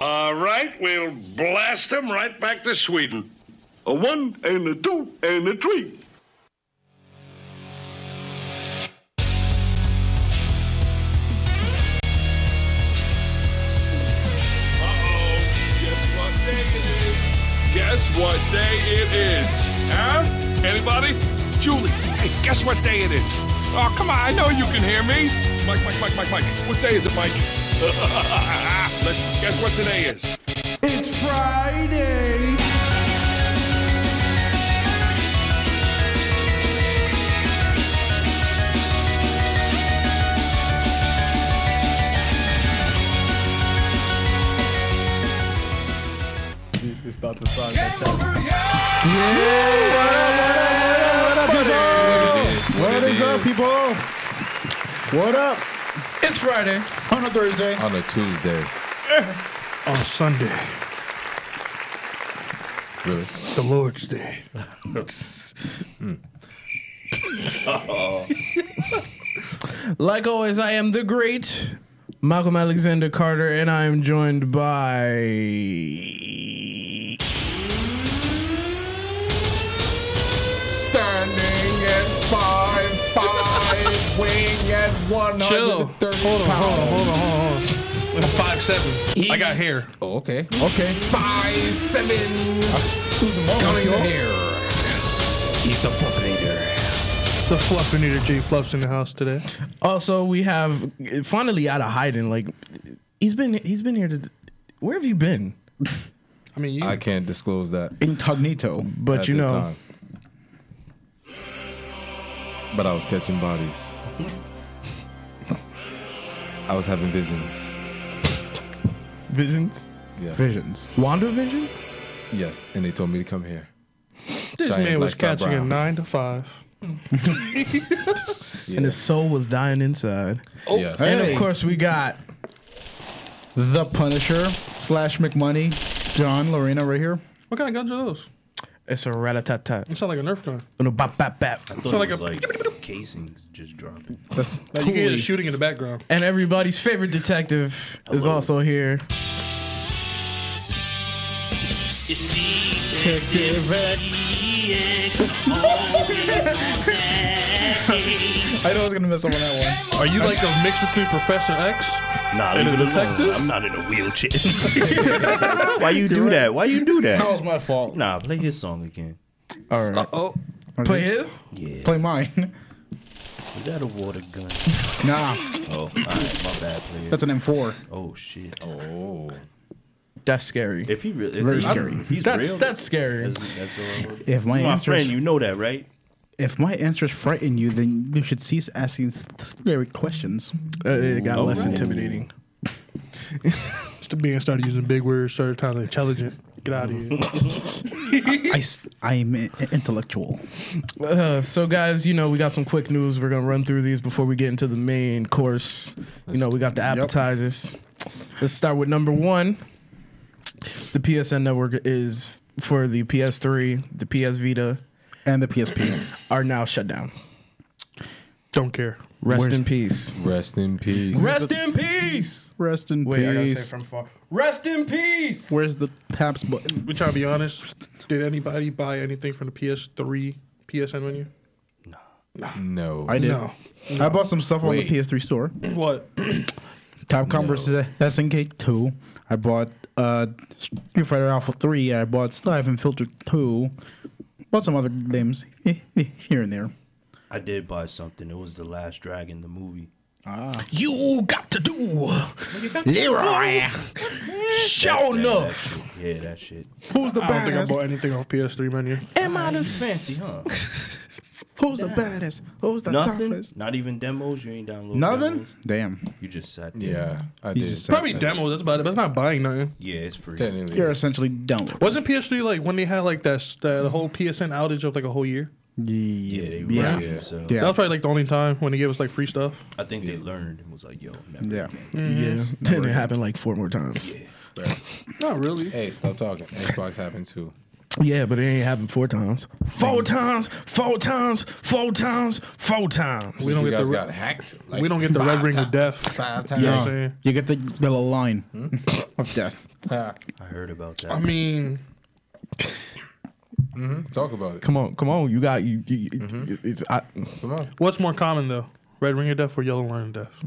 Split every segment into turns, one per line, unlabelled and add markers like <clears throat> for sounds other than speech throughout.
All right, we'll blast them right back to Sweden.
A one and a two and a three.
Uh-oh. Guess what day it is? Guess what day it is? Huh? Anybody? Julie, hey, guess what day it is? Oh, come on, I know you can hear me. Mike, Mike, Mike, Mike, Mike. What day is it, Mike? <laughs> Let's guess what today is.
It's Friday.
We start the song. like that.
What
What is up, people? What up?
It's Friday on a Thursday.
On a Tuesday.
On Sunday,
Really?
the Lord's Day. like always, I am the great Malcolm Alexander Carter, and I am joined by.
Standing at five five, weighing at one hundred
Chill. Hold
thirty
on, hold on, hold
pounds.
on, hold on. I'm five seven. I got hair.
Oh, okay.
Okay.
Five seven,
Who's more?
counting the hair.
He's the forfeiter.
The Fluffinator J Fluff's in the house today.
Also, we have finally out of hiding. Like he's been, he's been here to. Where have you been?
I mean, you.
I can't disclose that.
Incognito.
But
at
you
this
know,
time. But I was catching bodies. I was having visions.
visions,
Yes.
Visions.
Wanda Vision.
Yes. And they told me to come here.
this
Cheyenne
man was
Blackstock
catching
Brown.
a nine to five.
Yeah.
and his soul was dying inside.
yes.
And
Hey.
of course, we got
The Punisher slash McMoney. John Lorena right here.
What kind of guns are those?
it's a rat a tat tat,
You sound like a Nerf gun.
no bap bap bap,
thought
So
it
like
was
a-
like casings just dropping.
<laughs> Like you can hear the shooting in the background.
and everybody's favorite detective is
Hello.
also here.
It's Detective Rex. Always on that case.
I know I was gonna miss up on that one.
Are you like a mix between Professor X?
Nah,
And
leave
a
it alone.
detective?
I'm not in a wheelchair. Why you do that? Why you do
That
that?
was my fault.
Nah, play his song again.
All right.
Play his.
Yeah.
Play mine.
Is that a water gun?
Nah,
Oh, all right, my bad, player.
that's an M4.
Oh shit. Oh.
That's scary.
If he really, if
Very
he-
scary.
If he's
That's
real,
that's scary.
that's, that's all I want.
If my,
My
answers,
friend, you know that, right?
if my answers frighten you, then you should cease asking s- scary questions.
Uh, it got less
Alright.
intimidating.
Just being started using big words, started sounding intelligent. Get out of
<laughs>
here.
I, s- I'm i- intellectual.
Uh, so, guys, you know we got some quick news. We're gonna run through these before we get into the main course. You know we got the appetizers. Let's start with number one. The PSN network is for the PS3, the PS Vita
And the <laughs> PSP.
are now shut down.
Don't care.
Rest
Where's-
in peace.
Rest in peace.
Rest in peace.
Rest in
Wait, I gotta
peace.
say it from far. Rest in peace.
Where's the taps button?
We try to be honest. Did anybody buy anything from the PS3 PSN menu?
no.
I did.
No.
I bought some stuff on
Wait.
the PS3 store.
What?
<clears throat> Capcom versus SNK 2. I bought uh, Street Fighter Alpha 3. I bought Slive and Filter 2. Bought some other games eh, eh, here and there.
I did buy something. It was the Last Dragon, the movie.
you got to do? Leroy. Show
That
enough.
shit. Yeah, that shit.
Who's the
I don't think I
baddest?
bought anything off PS3 menu.
Am I the
Fancy, huh?
Who's the baddest? Who's the
Nothing.
toughest?
Not even demos. You ain't download
Nothing?
Demos.
Damn.
You just sat there.
Yeah. I
You
did.
just said-
Probably demos. That's about it. But it's not buying nothing.
Yeah, it's free.
Technically.
You're essentially done.
Wasn't PS3 like when they had like that s- that whole PSN outage of like a whole year?
Yeah, they
Yeah.
yeah.
Yeah.
<laughs> So
Yeah.
That was probably like the only time when they gave us like free stuff.
I think they learned and was like, yo, never
Yeah.
again.
Yeah. <laughs> Then it happened like four more times.
Right.
Not really.
Hey, stop talking. Xbox happened too.
Yeah, but it ain't happened four times. Four times, four times, four times, four times.
We don't
you
get
guys
the re-
got hacked. like,
we don't get the
five
red ring of
times.
death.
Five
You know what
times.
I'm saying? Hmm?
You get the yellow line <laughs> of death.
I heard about that.
I mean,
Talk about it.
Come on, come on. You got you. you you- It's I,
Come on.
what's more common though? Red ring of death or yellow line of death?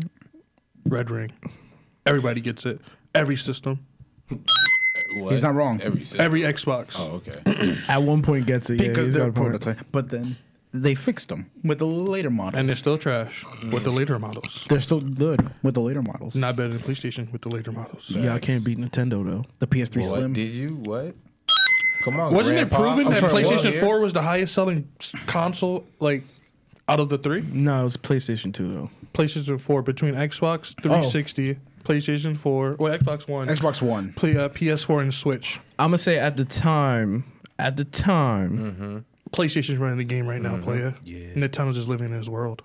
Red ring. Everybody gets it. Every system.
What?
He's not wrong.
Every. System.
Every Xbox.
Oh,
<laughs>
okay.
at one point gets it yeah,
because
he's got
they're
a point.
prototype. But then they fixed them with the later models.
And they're still trash with the later models.
They're still good with the later models.
Not better than PlayStation with the later models.
Y'all can't beat Nintendo though.
the PS3
what
Slim.
did you? What? Come on.
Wasn't it
Grandpa.
proven
I'm
that
sorry, what?
PlayStation
Here?
4 was the highest selling s- console, like, out of the three?
No, it's PlayStation Two though.
PlayStation 4 between Xbox 360, PlayStation 4, well, Xbox One,
Xbox One.
play, uh, PS4, and Switch.
I'm gonna say at the time, at the time,
PlayStation's running the game right now, player. Yeah. Nintendo's just living in his world.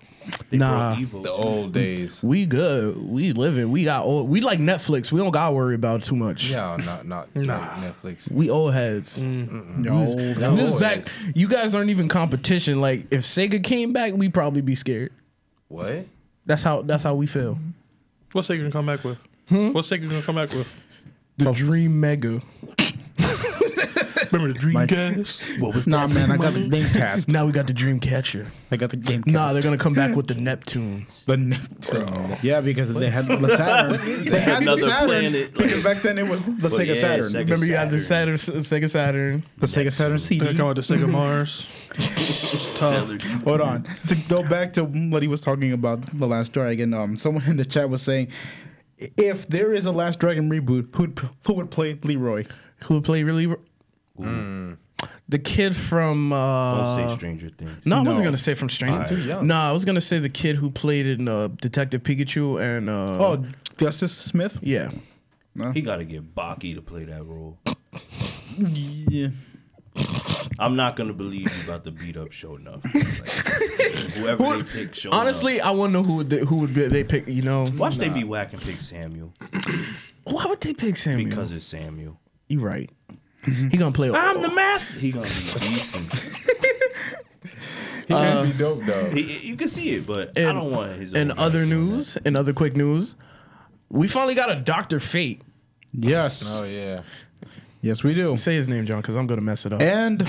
They
Nah.
brought evil.
The old days.
we good. We living. We got old. We like Netflix. We don't got to worry about too much.
Yeah, not not
<laughs> Nah.
like Netflix.
We old heads.
No.
No,
we Mm, was
old
back.
heads.
You guys aren't even competition. Like if Sega came back, we'd probably be scared.
What?
That's how. That's how we feel.
What's Sega gonna come back with? What's Sega gonna come back with?
The Dream Mega.
Remember the Dreamcast? what
<laughs>
was
Nah, man, I got the Gamecast.
Now we got the Dream Catcher.
I got the Gamecast.
Nah, they're gonna come back <laughs> with the Neptune.
The Neptune. Yeah, because they had the Saturn. they had the
Another
Saturn.
planet,
because back then it was the Sega
yeah,
Saturn.
Sega
Remember, you had the Saturn, Sega Saturn.
The Sega Saturn CD.
They're gonna come out with the Sega Mars.
<laughs> Hold on. To go back to what he was talking about the last dragon, um, someone <laughs> in the chat was saying, if there is a Last Dragon reboot, who'd, who would play Leroy?
Who would play really? The kid from.
Mm. Don't
Uh,
say Stranger Things.
no, I wasn't gonna say from Stranger.
too young.
No, I was gonna say the kid who played in uh, Detective Pikachu and. Uh,
Oh, Justice Smith?
yeah.
He got to get Baki to play that role.
Yeah.
I'm not gonna believe you about the beat up show enough. Like, whoever they pick, show
Honestly, I want to know who would they, who would be, they pick. You know,
Watch they be whack and pick Samuel
why would they pick Samuel?
because it's Samuel.
you right. He gonna play.
I'm the master. He gonna be decent.
He
Uh,
would be dope though.
He- you can see it, but I
And-
don't want his.
In
own
other
guys doing
news, in other quick news, we finally got a Doctor Fate.
Yes.
Oh yeah.
Yes, we do.
Say his name, John, because I'm gonna mess it up.
And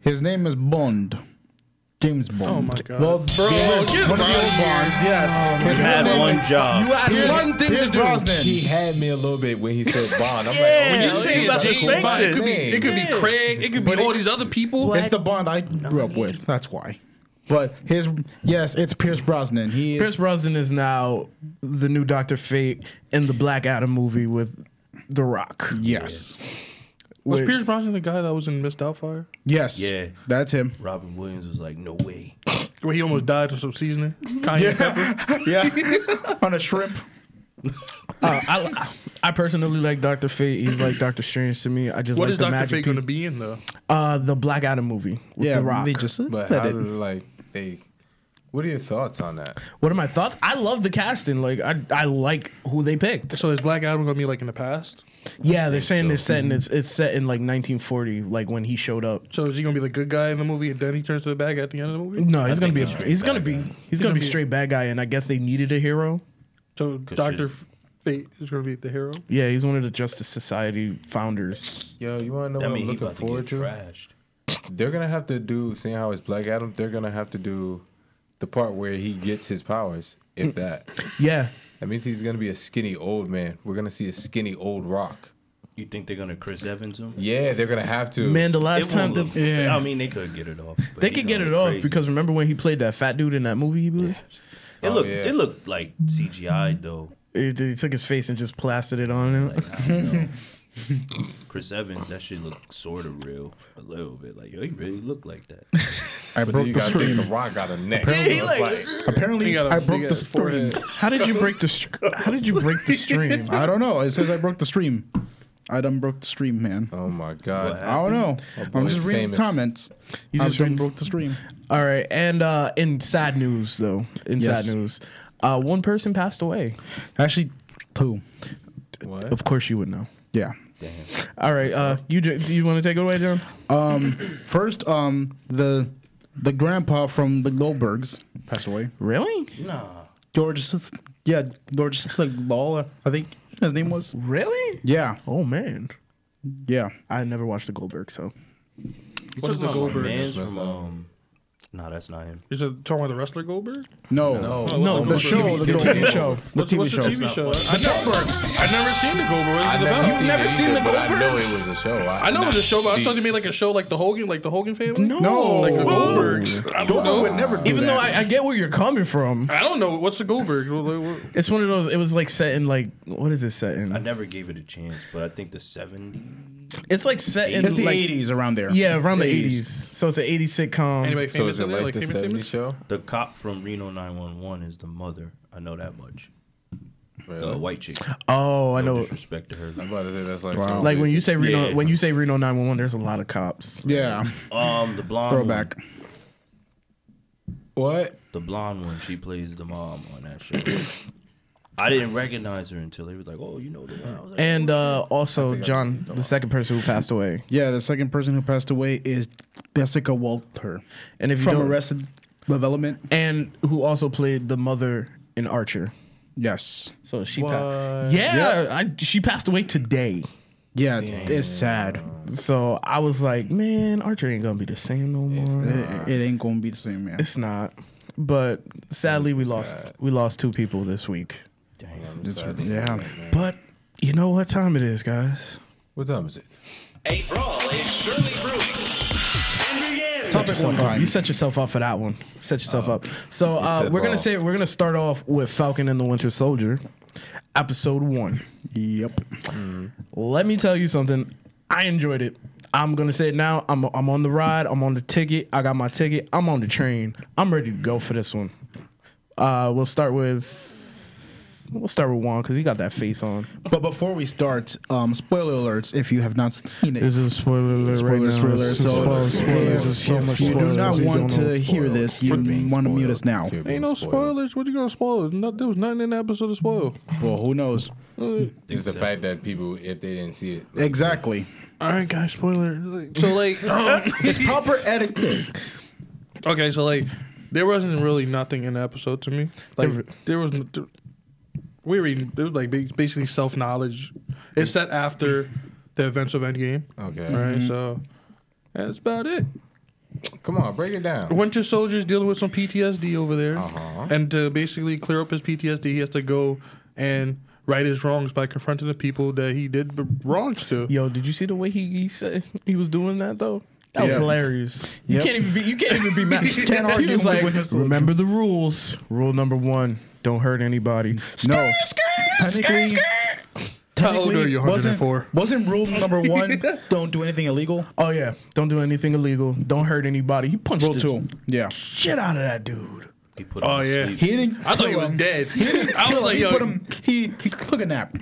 his name is Bond. James Bond. Oh
my God.
Well, bro, one of the old Bonds, yes. His
that. You
real
had
name
one
is
job.
You had one thing
Pierce
to do.
Brosnan.
He had me a little bit when he said Bond. I'm
Yeah.
like,
You say about
James
respect
Bond, It could, be,
this.
it could be Craig. It could be all these other people.
It's the Bond I grew up with. That's why. But his yes, it's Pierce Brosnan. He is
Pierce Brosnan is now the new Doctor Fate in the Black Adam movie with The Rock.
yes,
Was
Wait.
Pierce Brosnan the guy that was in Miss Doubtfire?
yes,
Yeah.
That's him.
that. Robin Williams was like, "No way."
Where he almost died from some seasoning. Kanye Pepper.
Yeah, <laughs> on a shrimp.
Uh, I, I personally like Doctor Fate. He's like Doctor Strange to me. I just
What
like
is
the
Doctor
magic
Fate
peop-
gonna be in though?
Uh, the Black Adam movie with
Yeah,
The Rock.
they just
But
let
how
it.
did like they? What are your thoughts on that?
What are my thoughts? I love the casting. Like I, I like who they picked.
So is Black Adam gonna be like in the past?
Yeah, they're saying they're set in it's, it's set in like 1940, like when he showed up.
So is he gonna be the good guy in the movie and then he turns to the bad guy at the end of the movie?
No, he's gonna be a,
he's straight
he's gonna
bad
be
guy.
he's gonna
gonna
be
be-
straight bad guy, and I guess they needed a hero.
So Doctor
she's-
Fate is gonna be the hero.
Yeah, he's one of the Justice Society founders.
Yo, you want to know
I
what
mean,
I'm
he
looking
about to get
forward to?
trashed.
They're gonna have to do. Seeing how it's Black Adam, they're gonna have to do the part where he gets his powers. If that,
Yeah,
that means he's gonna be a skinny old man. We're gonna see a skinny old Rock.
You think they're gonna Chris Evans him?
Yeah, they're gonna have to.
man. The
It
last time
won't
that
look- I mean, they could get it off. but
they
he
could
gonna
get it
look
off
crazy.
because remember when he played that fat dude in that movie he was?
it looked
yeah.
it looked like CGI though.
He, he took his face and just plastered it on him.
Like, I don't know. Chris Evans, that shit looked sort of real, a little bit. Like, yo, he really looked like
<laughs>
that.
I
But then
broke
you
the
gotta think
screen.
the Rock got a neck.
he
So it's
like-
Apparently,
He got a
I
big
broke the
ass
stream.
How did you break the str- <laughs> How did you break the stream?
I don't know. It says I broke the stream. I done broke the stream, man.
oh my
What
god.
happened?
I don't know. I'm
boy's
just reading the
famous.
comments. You
just
just done
read-
broke the stream.
All right, and uh, in sad news though, in
Yes.
sad news, uh, one person passed away.
Actually, two.
What?
Of course, you would know.
Yeah.
Damn.
All right, uh, you do do you want to take it away, John?
Um, first, um, the the grandpa from the Goldbergs passed away.
Really?
George, Sith- yeah, George Sith- like Lawler, I think his name was.
Really?
Yeah,
Oh man,
yeah.
I never watched the Goldberg, so
You
What's
talking
the
about
Goldberg?
Man's
Just
from,
messed up.
um, no, that's not him.
Is it talking about the wrestler Goldberg?
No,
Oh,
no,
what's
the show,
Goldberg?
the TV show.
the
What's,
TV
what's
show.
the TV show? I,
The
never,
Goldbergs.
I never seen the Goldberg. What is it about?
seen never the
but I know
Goldbergs?
it was a show. I,
I know it's a
not
show, but I
the-
thought you made like a show like the Hogan, like the Hogan family.
No,
like the
No.
Goldbergs. I don't
Goldberg
know.
would never do
even though
that.
I, I get where you're coming from,
I don't know. What's the Goldberg? What- what- what-
it's one of those. It was like set in like what is it set
I
in?
never gave it a chance, but I think the 70s.
It's like set
it's
in
the
like
'80s around there.
yeah, around the
80s.
'80s. So it's an '80s sitcom.
Anybody famous
So is it
in there?
like,
Like
the
famous,
70s
famous?
show?
The cop from Reno 911 is the mother. I know that much. The white chick.
oh, I
No
know.
disrespect to her. <laughs>
I'm about to say that's like some
Like when you
basic-
say Reno,
Yeah.
when you say Reno 911, there's a lot of cops.
yeah.
Um, the blonde
Throwback.
One,
what
the blonde one. She plays the mom on that show. I didn't recognize her until they was like, "Oh, you know the one." I was like,
And uh, also John, the second person who passed away.
Yeah, the second person who passed away is Jessica Walter
And if you
from
don't,
Arrested Development.
and who also played the mother in Archer.
Yes.
So she passed. Yeah, I, she passed away today.
Yeah, it's sad.
So I was like, man, Archer ain't gonna be the same no more.
It, it ain't gonna be the same, man.
It's not. But sadly, we lost we lost two people this week.
Yeah.
But you know what time it is, guys?
what time is it?
A brawl is surely brewing. And begins.
Set yourself
one
up.
time.
You set yourself up for that one. Set yourself up. So uh,
said
we're gonna
ball.
say we're gonna start off with Falcon and the Winter Soldier, episode one.
Yep.
Let me tell you something. I enjoyed it. I'm gonna say it now. I'm I'm on the ride. I'm on the ticket. I got my ticket. I'm on the train. I'm ready to go for this one. Uh, we'll start with we'll start with Juan because he got that face on.
But before we start, um, spoiler alerts if you have not seen it.
This is a spoiler alert
Spoilers,
right now.
spoiler,
It's
so-
spoilers, spoilers.
If-
There's so
if
much
you do
spoilers.
not
We
want
don't know
to hear this, you want to mute us now.
Ain't no spoilers. What you gonna spoil? No, there was nothing in the episode to spoil.
Well, who knows?
It's the fact that people, if they didn't see it, like,
Exactly.
All right, guys. Spoiler. So <laughs> like, um,
<laughs>
It's proper etiquette.
okay, so like, there wasn't really nothing in the episode to me. Like,
Every-
there was. n- There, we reading. It was like ba- basically self knowledge. It's set after the events of Endgame.
okay,
All right, so that's about it.
come on, break it down.
Winter Soldier's dealing with some PTSD over there,
Uh-huh.
and to basically clear up his PTSD, he has to go and right his wrongs by confronting the people that he did b- wrongs to.
Yo, did you see the way he, he said he was doing that though? That was
Yeah.
hilarious.
Yep.
You can't even be <laughs> you can't even be mad.
Can't argue
he was
with
like,
Winter Soldier.
remember the rules. Rule number one: don't hurt anybody.
No. Technically,
How old are you?
wasn't,
104.
wasn't <laughs> rule number one don't do anything illegal?
Oh yeah, don't do anything illegal. Don't hurt anybody. He punched
Rule
the
two. Yeah.
shit out of that dude.
He put oh
yeah.
He didn't.
I thought he
kill
was
him.
dead. I was like,
he
yo,
put him. He he took a nap.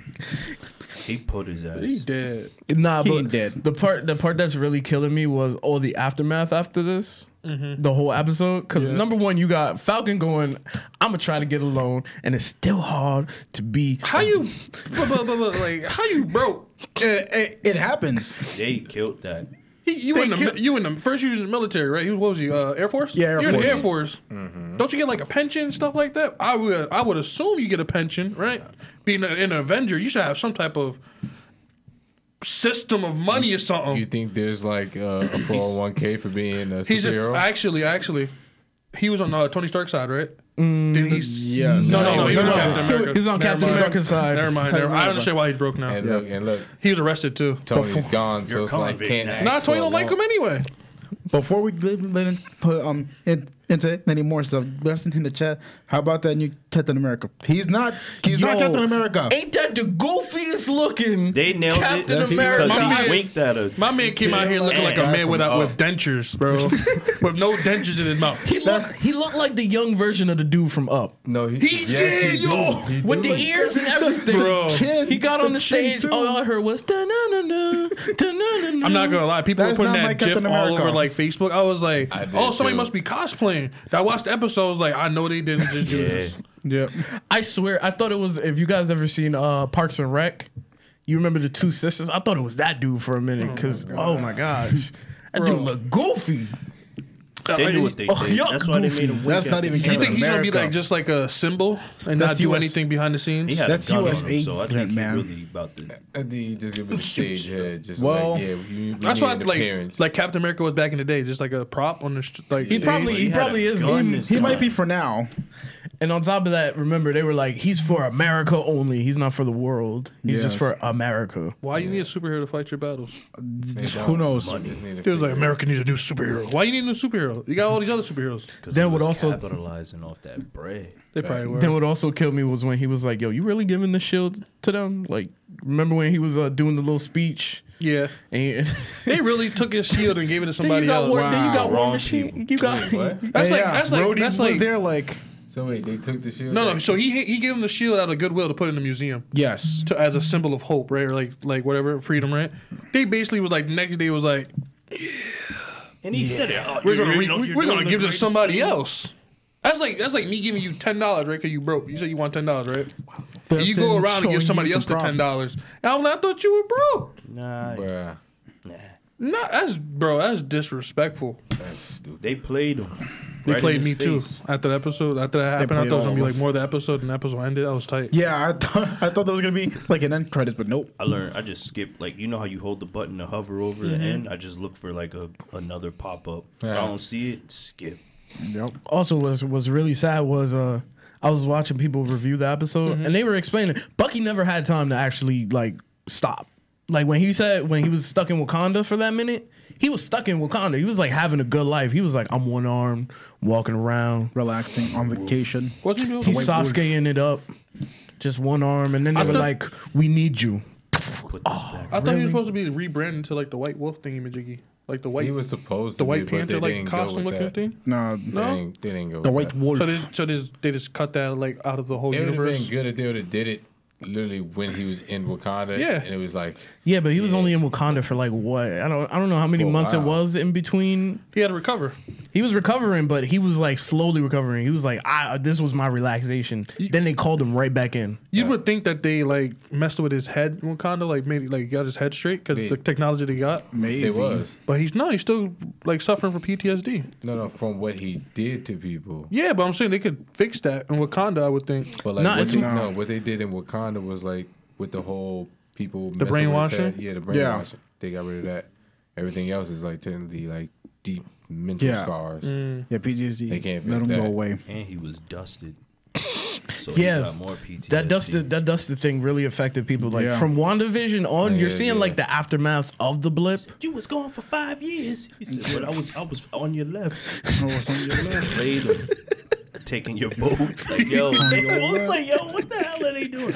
He put his ass.
he dead.
Nah,
He
but
ain't dead.
the part the part that's really killing me was all the aftermath after this, the whole episode. Because
Yeah.
number one, you got Falcon going, "I'm gonna try to get alone," and it's still hard to be.
How you, but, but, but, but, like, how you broke?
It, it, it happens.
They killed that.
He, you in the mi- you in the first you was in the military right? You, what was you? Uh, Air Force?
Yeah, Air
You're in the
Force.
Air Force. Don't you get like a pension and stuff like that? I would I would assume you get a pension, right? Being an, an Avenger, you should have some type of system of money or something.
You think there's like uh, a 401k for being a
He's a,
superhero?
actually actually he was on uh, Tony Stark's side, right? then he's
Yes.
no no no, he was on Captain
He was-
America.
he's on
Never
Captain
mind.
America's side.
Never mind. Never mind. I understand why he's broke now.
and look, and look,
He was arrested too.
Tony's gone, so it's like
convict
can't.
now.
ask
Nah, Tony
for
don't like
more.
him anyway.
Before we get in- put um in, into any more stuff, let's in the chat. How about that new Captain America? He's not. He's not
Yo,
Captain America.
Ain't that the goofiest looking?
They nailed
Captain
it
America.
because
My man-
he winked at us.
My man came out here looking like a man without with dentures, <laughs> bro, with no dentures in his mouth.
He looked he looked like the young version of the dude from Up.
No, he,
He did, yo.
He
With the
did.
ears and everything.
Bro.
He got on the stage. All I heard was da na na na
I'm not gonna lie, people
That's
were putting
not my
that GIF
Captain
all
America.
over like Facebook. I was like,
I did
oh, somebody
too.
must be cosplaying. I watched the episode. I was like, I know they didn't just do this.
Yep.
I swear, I thought it was if you guys ever seen uh Parks and Rec. You remember the two sisters? I thought it was that dude for a minute because oh my gosh, that dude look goofy.
They knew what they did.
Oh, yuck,
That's why they made
goofy.
him. wake
That's
up
not
and
even
shit.
You think he's gonna be
America.
like just like a symbol and not
That's
do
US
anything behind the scenes?
He had
That's
a gun
US
on him, so I
agent,
think he
man.
really about to.
I think you just give
<laughs>
it a stage head. Just
Well,
like, yeah, you, we
That's
need
why,
an
like,
appearance.
like Captain America was back in the day, just like a prop on the sh- like.
He
stage.
probably
He
he
had a
probably is.
gun.
He might be for now.
And on top of that, remember they were like, he's for America only. He's not for the world. He's just
Yes.
for America.
Why you need a superhero to fight your battles?
They don't.
Who knows?
They just need a
It was like
figure.
America needs a new superhero. Why you need a new superhero? You got all these other superheroes.
'cause
That
he
would
was
also-
capitalizing off that bread.
They probably were.
Then what also killed me was when he was like, "Yo, you really giving the shield to them?" Like, remember when he was uh, doing the little speech
yeah,
and <laughs>
they really took his shield and gave it to
then you
somebody
got
else.
war, then you
Wow.
got war
Wrong
machine.
people.
You got
What?
That's
Yeah,
like
yeah.
that's like
Rhodey
that's
was
like
there like
So wait, they took the shield.
no no.
back.
So he he gave him the shield out of goodwill to put in the museum.
yes.
to as a symbol of hope, right? Or like like whatever freedom, right? They basically was like next day was like
And he said it. "Oh,
we're gonna re- we- we're gonna give it to somebody else. That's like that's like me giving you ten dollars, right? Because you broke. You said you want ten dollars, right? And you go
Thurston
around and
showing
give
you
somebody
some
else the ten
promise.
dollars. I, I thought you were broke.
Nah,
Bruh,
No, that's bro. That's disrespectful.
that's stupid.
they played him.
They
Right in
played
his
me too.
face.
After the episode, after that happened, I
played
thought it was
all
gonna be
of
like
us.
more of the episode, and the episode ended. I was tight.
Yeah, I thought <laughs> I thought there was gonna be like an end credits, but nope.
I learned. I just skipped. Like you know how you hold the button to hover over
Mm-hmm.
the end. I just look for like a another pop up. If I
Yeah.
don't see it. Skip.
also was was really sad was uh I was watching people review the episode and they were explaining Bucky never had time to actually like stop. Like when he said when he was stuck in Wakanda for that minute, he was stuck in Wakanda. He was like having a good life. He was like I'm one armed, walking around.
Relaxing on vacation.
Wasn't he doing
He's
the white boy?
Sasuke-ing it up, just one arm, and then they
I
were
thought-
like, "We need you."
Put this back.
I thought he was supposed to be rebranded to like the White Wolf thingy majiggy, like the White
He was supposed to
the White
be, but they
Panther like
didn't go
costume
with
looking
that.
thing.
No,
They
No?
didn't, they didn't go.
the
with
White
that.
Wolf.
So they, so they, they just cut that like out of the whole
It would have
universe.
been good if they would have did it literally when he was in Wakanda.
Yeah.
and it was like
Yeah, but he was
Yeah.
only in Wakanda for like what? I don't I don't know how many
For a
months it
while.
was in between
He had to recover.
He was recovering, but he was like slowly recovering. He was like, "I uh, this was my relaxation." then they called him right back in.
You would think that they like messed with his head in Wakanda, like maybe like got his head straight because
Yeah.
the technology they got.
Maybe.
it was
But he's no, he's still like suffering from PTSD.
no, no, from what he did to people.
Yeah, but I'm saying they could fix that in Wakanda. I would think.
But like
No,
what
it's-
they, no, what they did in Wakanda was like with the whole people messing with his
brainwashing?
head. Yeah, the brainwashing. They got rid of that. Everything else is like technically like deep mental
Yeah.
scars.
Mm.
Yeah, PTSD.
They can't
let
fix
him
that.
go
<laughs>
away.
And he was
<coughs>
dusted. So
Yeah.
he got more PTSD.
That dusted that dusted thing really affected people. Like
Yeah.
from WandaVision on, you're
Yeah,
seeing
yeah.
like the aftermaths of the blip.
You was gone for five years. He said, well, I was I was on
<laughs>
your left.
Oh, it's on your left.
Played him. Taking your boat. Like,
<laughs>
yo. I was like, yo, what the hell are they doing?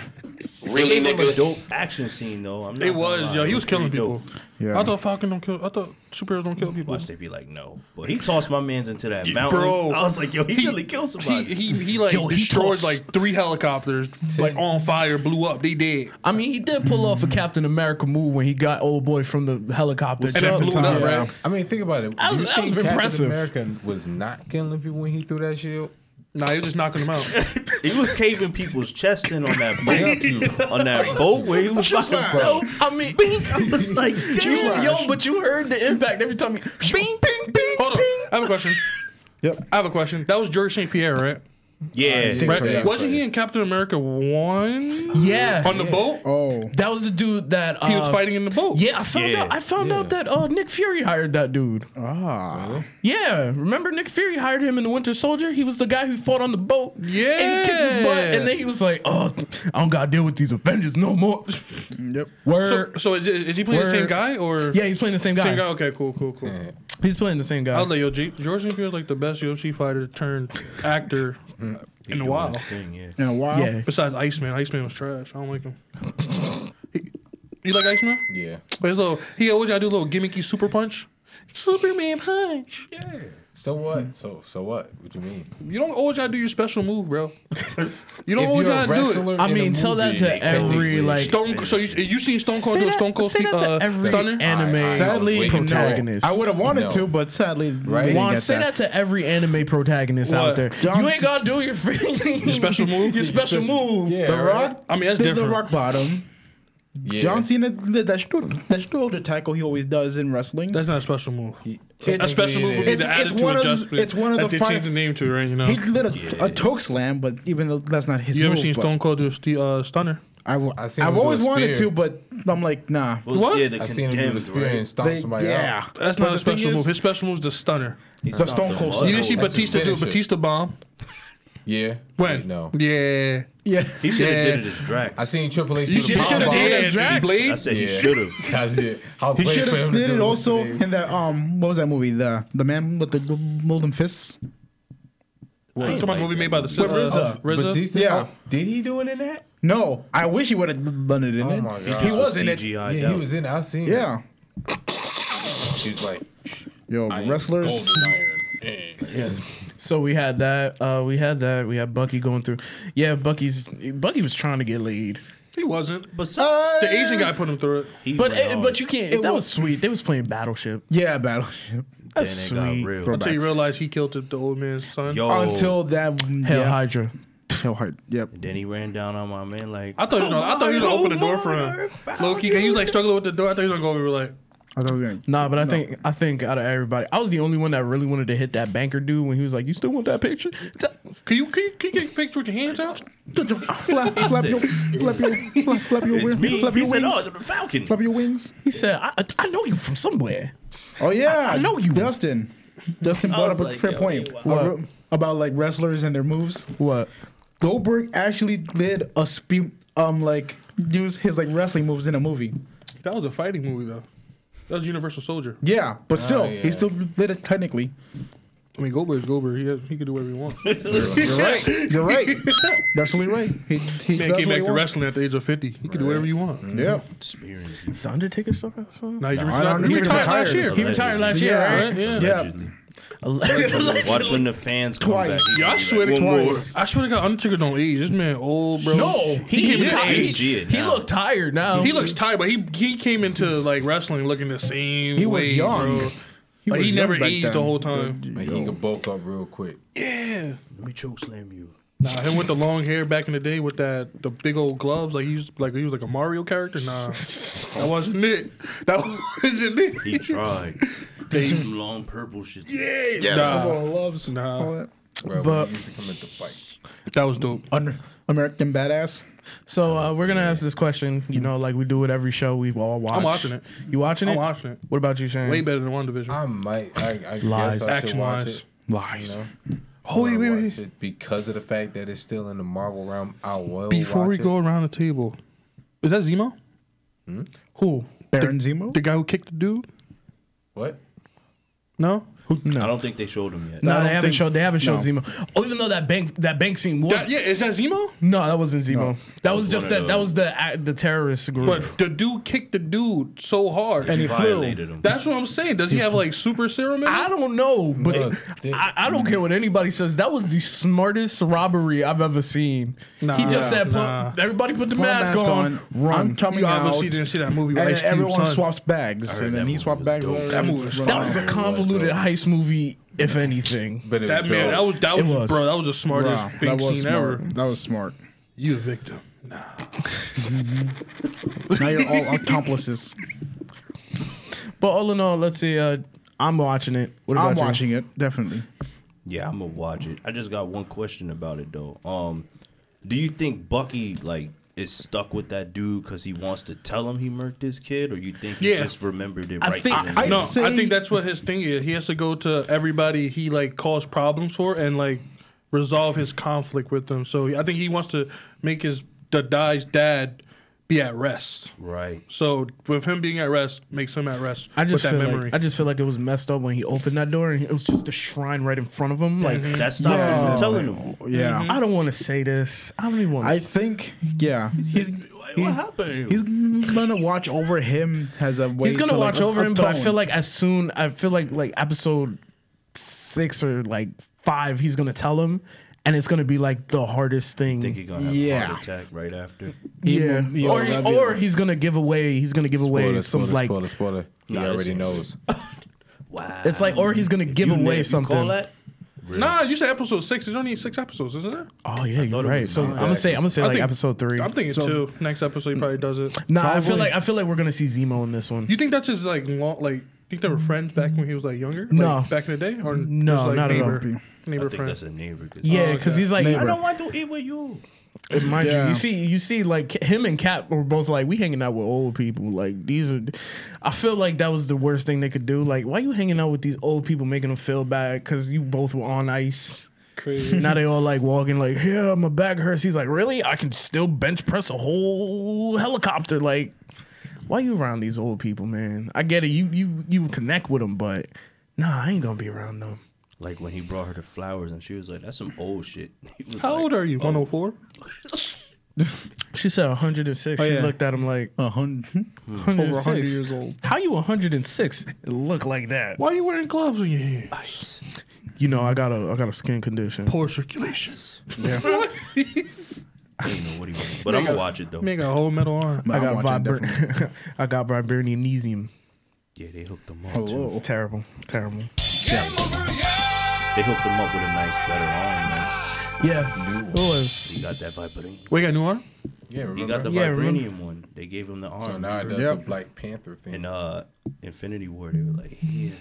Really,
It was a
nigga?
dope action scene, though. I'm not
It
gonna lie.
was yo, he was killing
pretty
people.
dope.
Yeah.
I thought Falcon don't kill. I thought superheroes don't kill people.
Watch, they be like, no. But he tossed my mans into that mountain.
Bro,
I was like, yo, he, really killed somebody.
He he, he like
Yo, he
destroyed
tossed-
like three helicopters, like on fire, blew up. They dead.
I mean, he did pull off a Captain America move when he got old boy from the helicopter.
And that blew it up,
Yeah.
right?
I mean, think about it.
That was-
Do you
that was
think Captain
impressive.
America was not killing people when he threw that shield.
Nah, he was just knocking them
<laughs>
out.
He was caving people's chest in on that
Thank
boat.
you.
on that boat where he was by himself.
I mean, <laughs>
I was like,
damn,
damn.
yo, but you heard the impact every time. You, bing, bing, bing,
Hold on,
bing.
I have a question.
Yep.
I have a question. That was George St. Pierre, right?
Yeah.
think
Right?
so, yeah.
Wasn't he in Captain America one
Uh, Yeah,
on the boat?
Oh,
that was the dude that uh,
He was fighting in the boat.
Yeah, I found
Yeah.
out. I found out that uh, Nick Fury hired that dude.
ah,
Yeah, remember Nick Fury hired him in the Winter Soldier. He was the guy who fought on the boat. and he kicked his butt,
Yeah.
and then he was like, "Oh, I don't gotta deal with these Avengers no more."
yep.
So,
Word.
so is, is he playing the same
Word.
guy or
yeah, he's playing the same guy.
same guy? Okay, cool, cool, cool.
He's playing the same
I
guy.
was like, yo, G- George St. Pierre is like the best UFC fighter turned actor in a while.
Thing, yeah.
In a while.
yeah,
Besides Iceman, Iceman was trash. I don't like him. He- you like Iceman?
Yeah.
But his little, he always gotta do a little gimmicky super punch. Superman punch.
So what? So so what? What do you mean?
Mm-hmm. You don't always gotta do your special move, bro. You don't
If
always
you're a
gotta do it.
wrestler
I
in a
mean, tell that
movie,
to
they
every
technically-
like
Stone. So you you seen Stone Cold
Say
do a
that-
Stone Cold
say that to
uh,
every
stunner?
anime
I- I
Sadly,
was waiting for that.
protagonist.
I would have wanted
No.
to, but sadly,
Right.
we didn't
Juan,
get
say that. to every anime protagonist out
What?
there.
John-
you ain't gonna do your, your
<laughs> special move?
Your special move.
Yeah,
The
right?
Rock.
I mean, that's
did
different.
The Rock Bottom.
Yeah.
John Cena did that stro- that shoulder tackle he always does in wrestling.
That's not a special move.
Technically,
A special move
it
would be
is.
the
It's- it's
attitude
one of-
adjustment.
it's one of
that
the
they
fi-
changed the name to, right? You know.
He did a, a choke slam, but even though that's not his.
you ever
move,
seen
but
Stone Cold do a st- uh, stunner?
I w-
I
I've
seen him do a
always wanted
spear.
to, but I'm like, nah.
Well,
What?
Yeah, the
I seen him do the
condemned,
spear and
right?
stomp
They-
somebody
yeah,
out.
That's
But
not a
the thing
special
is-
move. His special move is the stunner.
He
The
stomped
Stone
him
Cold
up.
stunner.
You didn't see
that's his
Batista do a
finisher.
Batista bomb?
Yeah.
When?
No.
Yeah.
Yeah,
He should have
Yeah.
did it as Drax.
I seen Triple H. do
You
the
should
power
have
bomb.
did
as
it,
Drax.
Blade.
I said he
Yeah. <laughs>
should have.
I did. I was
he
waiting
should
for him
have
to
did
do
it also
today.
in that um what was that movie the the man with the golden fists.
Talking about a movie made by the
With RZA.
uh, RZA.
Batista?
Yeah.
"Oh, Did he do it in that?
No, I wish he would have done it in
Oh
it.
my God.
He
He
was in it.
CGI.
yeah, he was in. it. I seen. it.
Yeah,
He was like
yo,
I am
wrestlers.
golden iron. Eh.
So we had that. Uh, we had that. We had Bucky going through. Yeah, Bucky's Bucky was trying to get laid,
He wasn't.
But so-
The Asian guy put him through it.
he
but
went
eh,
hard.
but you can't.
It
that
wa-
was sweet. They was playing Battleship.
Yeah, battleship.
Then
That's
it got
sweet.
real.
Throwback.
Until you realize he killed the old man's son.
Yo,
Until that
Hell
yeah.
Hydra.
Hell hard. Yep.
then he ran down on my man like
I thought he was gonna, I thought he was gonna open the door for him. Low key, he was like struggling with the door. I thought he was gonna go over like,
I thought we were gonna.
Nah, but I think I think out of everybody, I was the only one that really wanted to hit that banker dude when he was like, "You still want that picture?"
can you can you, can you get a picture with your hands out?
<laughs> flap, flap your, flap your, flap, flap your,
it's
wing-
me.
flap
He
your
said,
wings.
"Oh, the Falcon."
Flap your wings.
He said, I, I- "I know you from somewhere."
Oh yeah,
I know you.
Dustin. Dustin brought up
was
a
like,
fair
yo,
point
wow.
about, about like wrestlers and their moves.
What?
Goldberg actually did a spe- um like use his like wrestling moves in a movie.
That was a fighting movie though. That was Universal Soldier.
Yeah, but still,
yeah.
he still did it technically.
I mean, Goldberg's Goldberg. He has, he could do whatever he
<laughs>
wants. Man
You're right. You're right. You're <laughs> absolutely right. He, he does
came
what
back to
he wants. Mm.
wrestling at the age of fifty. He could do whatever you want.
Yeah.
Experience.
Is the Undertaker still? still-
Now he's
I don't
retired.
think
He
he
retired last year.
retired.
He retired last year,
Yeah.
right?
Right? Yeah.
Yeah.
Allegedly. Watch when the fans come
Twice.
back. He's
Yeah, I
gonna be
swear to
like, "One
twice. I swear to God, Undertaker don't age. This man old, bro.
No, he he,
came in
tired.
at age.
he,
G now.
looked tired now.
He looks tired, but he he came into like wrestling looking the same.
He
way,
was young.
Bro. Like, he
was young
never
back
aged the
then.
whole time.
Like, he could bulk up real quick.
Yeah.
Let me choke slam you.
Nah, him with the long hair back in the day with that the big old gloves, like he used like he was like a Mario character. Nah, that wasn't it. That wasn't it.
He tried. They do long purple shit.
Yeah, nah, gloves. Nah,
But-
Bro, but used to come at the fight.
that was dope.
Under American badass.
So uh, we're gonna ask this question. You know, like we do with every show, we all watch.
I'm watching it.
You watching it?
I'm watching it.
What about you, Shane?
Way better than one division.
I might. I, I
Lies.
guess I should watch
Action-wise.
it.
Lies.
Holy
I'll
wait,
watch
wait.
it because of the fact that it's still in the Marvel realm. I will.
Before
watch
we
it.
go around the table, is that Zemo?
Who? Baron Zemo.
The guy who kicked the dude?
what?
No.
I don't think they showed him yet.
No,
I
they
don't
haven't
think-
showed. They haven't showed
no.
Zemo. Oh, even though that bank that bank scene was
That- yeah, is that Zemo?
no, that wasn't Zemo. That, was,
was
just
one of
that. That
those.
was the act- the terrorist group.
But the dude kicked the dude so hard.
And he flew.
Violated him.
That's what I'm saying. Does he have like super serum? In
I
him?
don't know, but
No, they-
I, I don't care what anybody says. That was the smartest robbery I've ever seen. he
Nah.
just said, put,
Nah.
"Everybody put the
Put a
mask, on, run."
I'm coming
You
out.
obviously didn't see that movie. With
and
Ice
then
Cube,
everyone
son.
swaps bags,
heard
and
that
then he
movie
swapped
was
bags.
dope.
over
That movie was
and
that was a
Iron was
convoluted
dope.
heist movie, if anything.
But it
That
was
man,
dope.
that was that was,
was.
bro. That was the smartest
Wow,
bank scene
smart.
ever.
That was smart.
You a victim.
Now you're all accomplices.
But all in all, let's see. Uh, I'm watching it. <laughs> What about
I'm
you?
watching it definitely.
Yeah, I'm gonna watch it. I just got one question about it though. Um, do you think Bucky like is stuck with that dude because he wants to tell him he murked his kid, or you think he
Yeah.
just remembered it
I
right
think-
then and
I-
there?
No,
say-
I think that's what his thing is. He has to go to everybody he like caused problems for and like resolve his conflict with them. So I think he wants to make his the guy's dad be at rest.
right?
So with him being at rest, makes him at rest
I just
with that
feel
memory.
like I just feel like it was messed up when he opened that door and it was just a shrine right in front of him. Like
That stopped him from telling him.
Yeah,
I don't want to say this. I don't even want.
I
to
think. Yeah, he's
What,
he-
what happened?
he's gonna watch over him as a way.
He's gonna
to, like,
watch over him, but I
atone.
feel like as soon I feel like like episode six or like five, he's gonna tell him, and it's gonna be like the hardest thing.
think he gonna have a
Yeah.
heart attack right after.
yeah,
will- he
or
will
he,
love you.
or he's gonna give away. He's gonna give away
Spoiler,
some
spoiler,
like
spoiler, spoiler. He
Nah,
already
it's-
knows.
<laughs> Wow.
it's like or he's gonna give
You na-
away
you
something.
Call that?
really.
Nah, you said episode six. There's only six episodes, isn't there?
Oh yeah, you're
it
right.
was
So I'm gonna say I'm gonna say
I
like
think-
episode three.
I'm thinking
So-
two. Next episode, he probably does it.
nah, I feel like I feel like we're gonna see Zemo in this one.
You think that's just like long, like you think they were friends back when he was like younger? Like,
No.
back in the day, or
No,
just, like,
not at all.
neighbor,
I
Neighbor
think that's
friends.
a neighbor. 'cause-
yeah,
Oh,
because
okay.
he's like,
Neighbor.
I don't want to eat with you.
And mind you,
Yeah.
you see, you see, like him and Cap were both like, we hanging out with old people. Like these are, I feel like that was the worst thing they could do. Like, why you hanging out with these old people, making them feel bad because you both were on ice.
Crazy.
now they all like walking like, yeah, my back hurts. He's like, really? I can still bench press a whole helicopter. Like, why you around these old people, man? I get it. You you you connect with them, but nah, I ain't gonna be around them.
Like when he brought her the flowers and she was like, "That's some old shit." <laughs> He was
How
like,
old are you? 104.
She said 106.
Oh,
she
yeah.
looked at him like
A <laughs> hundred, over
106.
100 years old.
How you 106 look like that?
Why are you wearing gloves on your hands?
You know, I got a I got a skin condition.
Poor circulation.
I don't know what he was, but I'm gonna watch it though.
Make a whole metal arm.
I got
I'm watching
vibr- <laughs> I got vibranium.
Yeah, they hooked them
Oh,
up.
Hello.
It's terrible, terrible.
They hooked them up with a nice better arm, man.
Yeah, it was.
He got that vibranium.
Wait, you got a new arm?
Yeah, remember?
He got the
Yeah,
vibranium
remember.
one. They gave him the arm.
So now it does
remember?
the Black Panther thing.
In uh, Infinity War, they were like, "Yeah,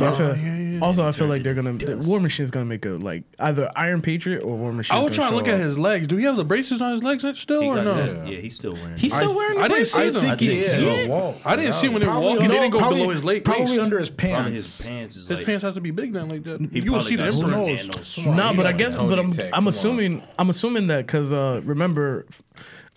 Oh,
I feel- Also, I feel like they're gonna the War Machine's gonna make a like either Iron Patriot or War Machine.
I was trying to look at his legs. Do he have the braces on his legs still
he
or
got
Oh, no?
that. Yeah, he's still wearing.
He's
it.
still wearing.
I
the
didn't
braces.
see them.
I think
yeah,
he
it'll walk.
I didn't see when they were
Probably
walking.
no,
they didn't go
probably-
below his leg.
Probably
waist.
under his
Probably
pants.
his pants is
His
like.
pants have to be big then, like that.
he
You will
probably
see the
got some
imprint.
nanos.
No,
He
but
got
I
a
guess,
Tony
but I'm
tech, come
I'm
on.
assuming I'm assuming that because uh, remember,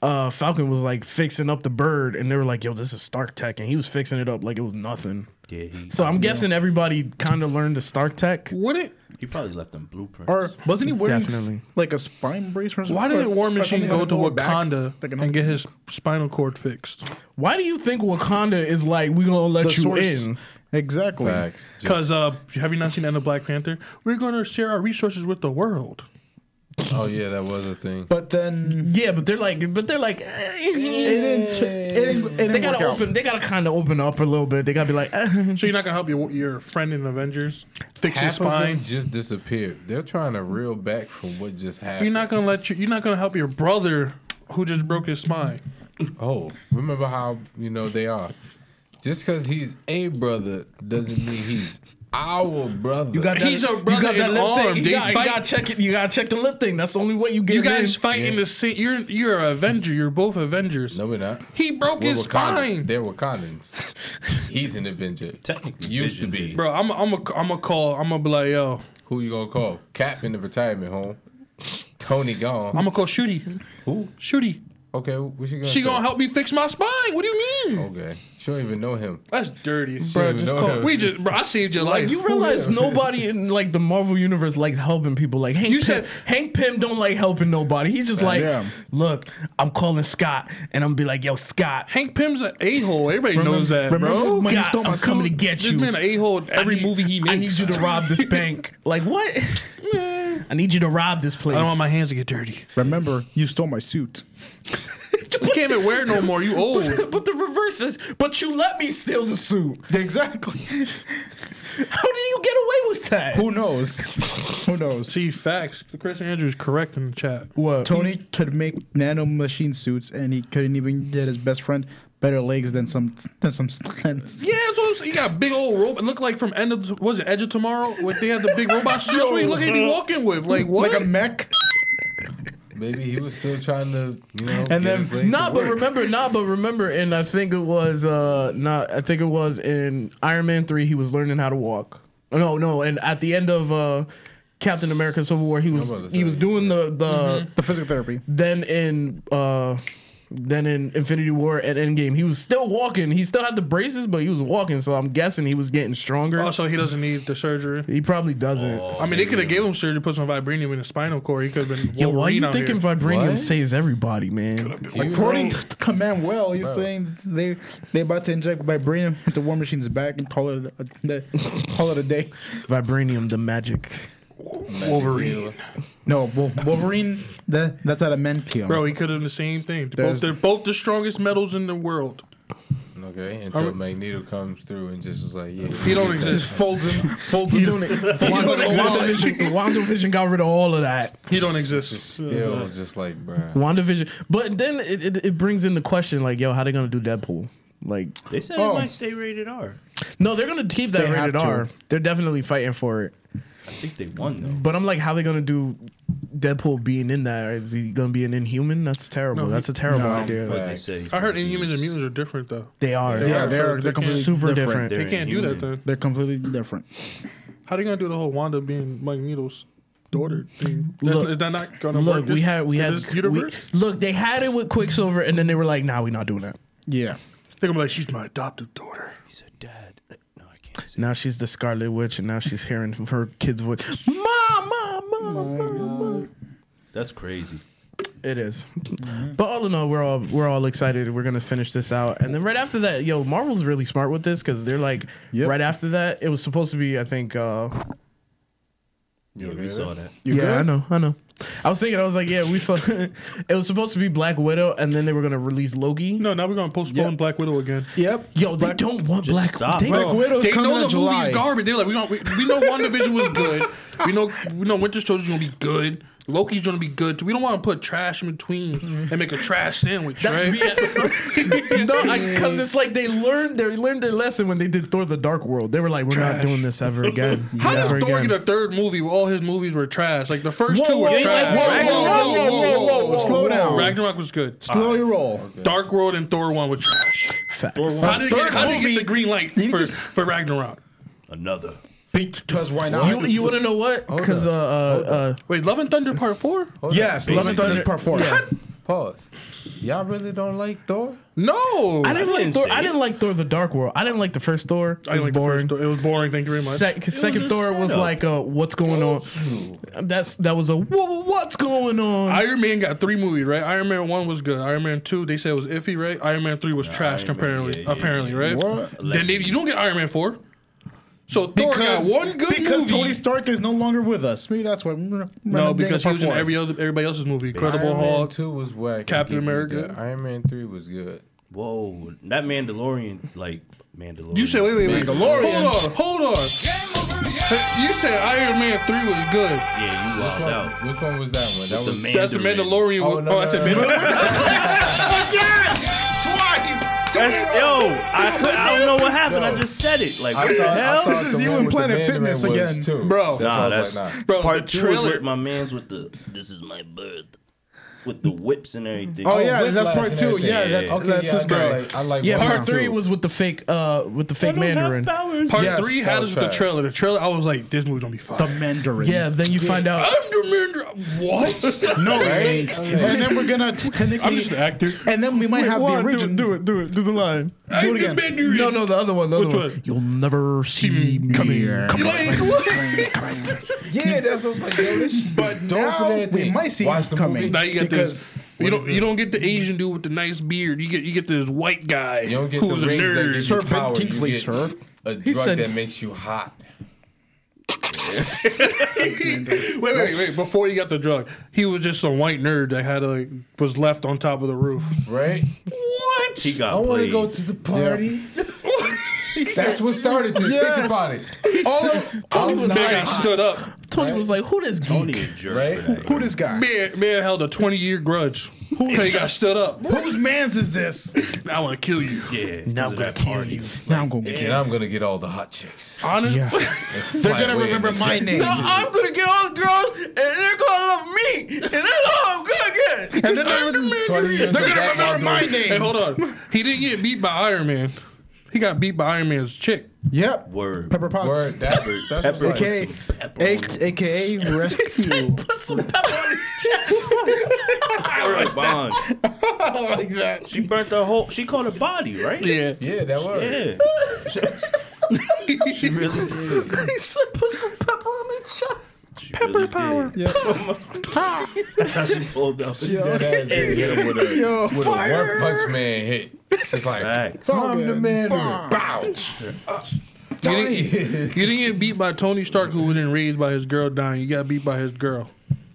uh, Falcon was like fixing up the bird, and they were like, "Yo, this is Stark Tech," and he was fixing it up like it was nothing.
Yeah, he,
So I'm guessing everybody kind of learned the Stark Tech.
Wouldn't?
he probably left them blueprints.
Or wasn't he wearing s-
Definitely.
like a spine brace or something?
Why didn't War
Like, on
Machine
the
go
other
to
lower back?
Wakanda
Like an-
and get his spinal cord fixed?
Why do you think Wakanda is like we gonna let
the
you
source.
in?
Exactly.
Facts. Just-
Because uh, have you not seen the end of Black Panther? We're going to share our resources with the world.
oh yeah, that was a
<laughs>
thing.
But then
Yeah, but they're like, but they're like, eh,
it didn't, it didn't, it didn't
they gotta
work out.
open, they gotta kind of open up a little bit. They gotta be like, eh.
So you're not going to help your your friend in Avengers fix his
Half of them
spine.
just disappeared. They're trying to reel back from what just happened.
You're not going to let you. You're not going to help your brother who just broke his spine.
Oh, remember how you know they are. Just because he's a brother doesn't mean he's our brother. You
got
He's
that-
a
you
brother
got that
in
lip
arm.
thing. You
They
gotta,
fight.
you gotta check it. You gotta check the lip thing. That's the only way you get.
You
in.
guys fight in the same. You're you're a Avenger. You're both Avengers.
No, we're not.
He broke
We're
his spine.
They're Wakandans. He's an Avenger.
Technically,
used to be.
Bro, I'm a, I'm a, I'm a call. I'm gonna be like, yo,
Who you gonna call? Cap in the retirement home. Tony gone.
I'm gonna call Shooty.
Who?
Shooty,
Okay, what she gonna?
she
say?
gonna help me fix my spine. What do you mean?
Okay, she don't even know him.
That's dirty.
Bruh,
She don't even
just
know
call-
him.
We just, bro, I saved your
Like
life.
you realize nobody in like the Marvel universe likes helping people. Like Hank,
You
Pym,
said-
Hank Pym don't like helping nobody. He's just like,
yeah.
look, I'm calling Scott, and I'm be like, yo, Scott,
Hank Pym's an a hole. Everybody knows that,
remember-
bro.
Somebody
Scott,
stole my
I'm coming to
suit.
get
This
you.
man an a hole. in Every
I need-
movie he makes.
I need you to rob <laughs>
<laughs>
this bank. Like what? I need you to rob this place.
I don't
<laughs>
want my hands to get dirty.
Remember, you stole my suit.
You
<laughs>
can't even wear it no more. You old.
But the reverse is, but you let me steal the suit.
Exactly.
<laughs> How did you get away with that?
Who knows? Who
<laughs>
knows?
See facts. Chris Andrews correct in the chat.
what?
Tony could make nano machine suits, and he couldn't even get his best friend better legs than some than some slants.
Yeah, that's what I'm saying. He got a big old robot. Look like from end of what was it Edge of Tomorrow? What they had the big robot suits. What he look at
<laughs>
he walking with like what?
Like a mech.
Maybe he was still trying to, you know.
And then-
Nah, but remember, nah, but remember, and I think it was, uh, not, I think it was in Iron Man three, he was learning how to walk. No, no, and at the end of uh, Captain America: Civil War, he
I'm about
was
to
he
say,
was doing the the
The physical therapy.
then in uh, then in Infinity War and Endgame, he was still walking. He still had the braces, but he was walking. So I'm guessing he was getting stronger.
Also, he doesn't need the surgery.
he probably doesn't.
I mean, they could have gave him surgery, put some vibranium in his spinal cord. He could have been.
Yo, why
Wolverine
you
out
thinking
here.
vibranium
What?
saves everybody, man?
According to Command Well, he's saying they they about to inject vibranium into War Machine's back and call it a, call it a day.
Vibranium, the
<laughs>
magic.
Wolverine,
No, Wol- Wolverine. That that's out of Mentium.
bro? He could have done the same thing. They're both,
There's-
they're both the strongest metals in the world.
No, Okay, until Magneto comes through and just is like, yeah,
He don't exist. Folds him. Folds
He
him.
doing it. WandaVision, WandaVision got rid of all of that.
He don't exist.
Still, just like, bruh.
WandaVision. But then it, it, it brings in the question like, yo, how they gonna do Deadpool? Like,
They said
Oh.
it might stay rated R.
no, they're gonna keep that
They have
rated
to.
R. They're definitely fighting for it.
I think they won though.
But I'm like, how they gonna do Deadpool being in that? Is he gonna be an Inhuman? That's terrible.
No,
That's a terrible idea.
But they
Facts.
say
I heard Inhumans and mutants are different though.
They are.
Yeah,
so
they're
they
they're
can't-
completely
super different.
different.
They can't do that then.
They're completely different.
How they gonna do the whole Wanda being Magneto's daughter thing? That's-
Look-
is that not gonna
Look,
work?
we
this-
had we
in
had
this
we-
universe.
look, they had it with Quicksilver, and then they were like, "Nah, we're not doing that."
Yeah.
They're gonna be like, she's my adoptive daughter.
He's a dad. No, I can't say.
Now she's the Scarlet Witch, and now she's hearing her kid's voice. Mama, mama, mama.
That's crazy.
It is.
Mm-hmm.
But all in all, we're all we're all excited. We're gonna finish this out, and then right after that, yo, Marvel's really smart with this because they're like,
Yep.
right after that, it was supposed to be, I think. uh
Yeah, we saw that.
yeah, I know, I know. I was thinking, I was like, yeah, we saw. <laughs> it was supposed to be Black Widow, and then they were gonna release Loki.
No, now we're gonna postpone Black Widow again.
Yep.
Yo, they don't want
Just
Black.
stop.
They,
Black Widow's
they
coming
know
in
the
July.
movie's garbage. They're like, we don't. We, we know WandaVision was good. We know we know Winter Soldier's gonna be good. Loki's gonna be good. So we don't want to put trash in between and make a trash sandwich, right?
no, because it's like they learned they learned their lesson when they did Thor: The Dark World. They were like, we're not
Trash.
doing this ever again.
<laughs> How does
Never
Thor
again.
get a third movie where all his movies were trash? Like the first two were
whoa,
trash.
whoa,
Ragnarok,
whoa, whoa, whoa, whoa, whoa, whoa, Slow down.
was good.
Slow your roll.
Dark World and Thor one were trash.
Facts.
How did, it get, how did it get
movie-
the green light for, for Ragnarok?
Another.
Because why
You,
not?
you want to know what? Because uh, uh, uh,
Wait, Love and Thunder Part Four?
Yes, Love and Thunder is part four.
Pause. Y'all really don't like Thor?
No,
I didn't,
didn't
like Thor.
say
I
it.
didn't like Thor: The Dark World. I didn't like the first Thor. It
I
was
like the
boring.
first Thor. It was boring. Thank you very much.
Sec- second
a
Thor was
setup.
like, uh, "What's going on?" That's that was a "Wha- "What's going on?"
Iron Man got three movies, right? Iron Man one was good. Iron Man two, they said it was iffy, right? Iron Man three was trash,
Iron Man,
apparently.
yeah, yeah,
apparently, right?
What?
Then they, you don't get Iron Man four. So Thor got one good
because
movie.
Tony Stark is no longer with us. Maybe that's why.
no, because he was in every other everybody else's movie. Incredible
Iron Man
Hulk.
Two was whack. I
Captain
give you
America.
that. Iron Man Three was good.
Whoa, that Mandalorian, like Mandalorian.
You said wait, wait, wait. Hold
Mandalorian.
on, hold on. You said Iron Man three was good.
Yeah, you
Which one,
wild out.
which one was that one? That was
That's the Mandalorian.
Oh,
Oh,
no,
oh I
no,
said
no, no.
Mandalorian.
<laughs>
That's- yo, I, could, I don't know what happened. I just said it. Like what
I
the
thought, I
hell?
thought
This is
the
you
one
and
with the
Planet
Mandarin
Fitness
was
again.
too.
Bro.
That's why
Nah,
I was
that's
like, nah.
Bro, the
part two is
trailer-
with my man's with the this is my birth, with the whips and everything.
Oh yeah,
Whiplash
that's part
and
two.
everything.
Yeah, that's
Okay,
that's
yeah,
this
I know,
guy.
like- I like
yeah,
one
part
and
three
two.
was with the fake uh, with the fake Mandarin.
Part
Yes,
three had us with the
soundtrack.
trailer. The trailer, I was like, this movie gonna be fire.
The Mandarin.
Yeah, then you find out.
I'm the Mandalorian.
<laughs>
What?
No, it ain't. And then we're gonna t-
I'm
technically.
just an actor.
And then we might have the
Juan, do it,
original.
Do it, do it, do the line.
I'm
again.
the Mandarin.
No, no, the other one. The other
Which
one.
one?
You'll never see me. Come here. Come
Like, what?
<laughs> Yeah, that's what I was like. Yo, this shit dope
now
and
we
everything.
might see
Watch
him
the
coming.
movie.
Now you got
Because-
this. You don't, you don't get the Asian dude with the nice beard. You get you get this white guy
You don't get
who's
the
a
rings that give
nerd.
you
Sir Ben
power. You
Kingsley,
get
sir.
A drug
said-
that makes you hot.
wait, wait, wait. Before he got the drug, he was just some white nerd that had a, like was left on top of the roof.
Right?
What?
He got
I want to
played.
go to the <laughs> party. That's what started this. Think about it.
Oh,
All of, all
That guy stood up.
Tony was like, "Who this geek?"
Tony a jerk.
Right?
for that.
Who this guy?
Man, man held a twenty year grudge. He got stood up.
Whose man's is this?
I want to kill you. <laughs>
Yeah,
Now I'm gonna
because of that
kill
party.
you.
Now I'm gonna.
And I'm going to get all the hot chicks.
Honestly,
They're going to remember my name.
I'm gonna get all the girls, and they're gonna love me, and that's all I'm gonna get.
And then there was
20 years of that
remember my
Marvel.
hey,
name.
hold on. He didn't get beat by Iron Man. He got beat by Iron Man's
<laughs>
chick.
Yep.
Word.
Pepper Potts.
Word, that- <laughs> that's
Pepper.
what-
AKA,
Pepper on
A- AKA rest you.
Put some pepper on his chest.
Alright, Bond. She burnt the whole. She called her body, right? Yeah.
Yeah, that was.
Yeah. she really did.
<laughs> he said, "Put some pepper on his chest."
She Pepper really power. Did. Oh That's how she pulled up.
That ass didn't hit him with a, with a one punch man hit. It's like,
Facts.
I'm the man. Bow.
You didn't, you didn't get beat by Tony Stark, who was enraged by his girl dying. You got beat by his girl.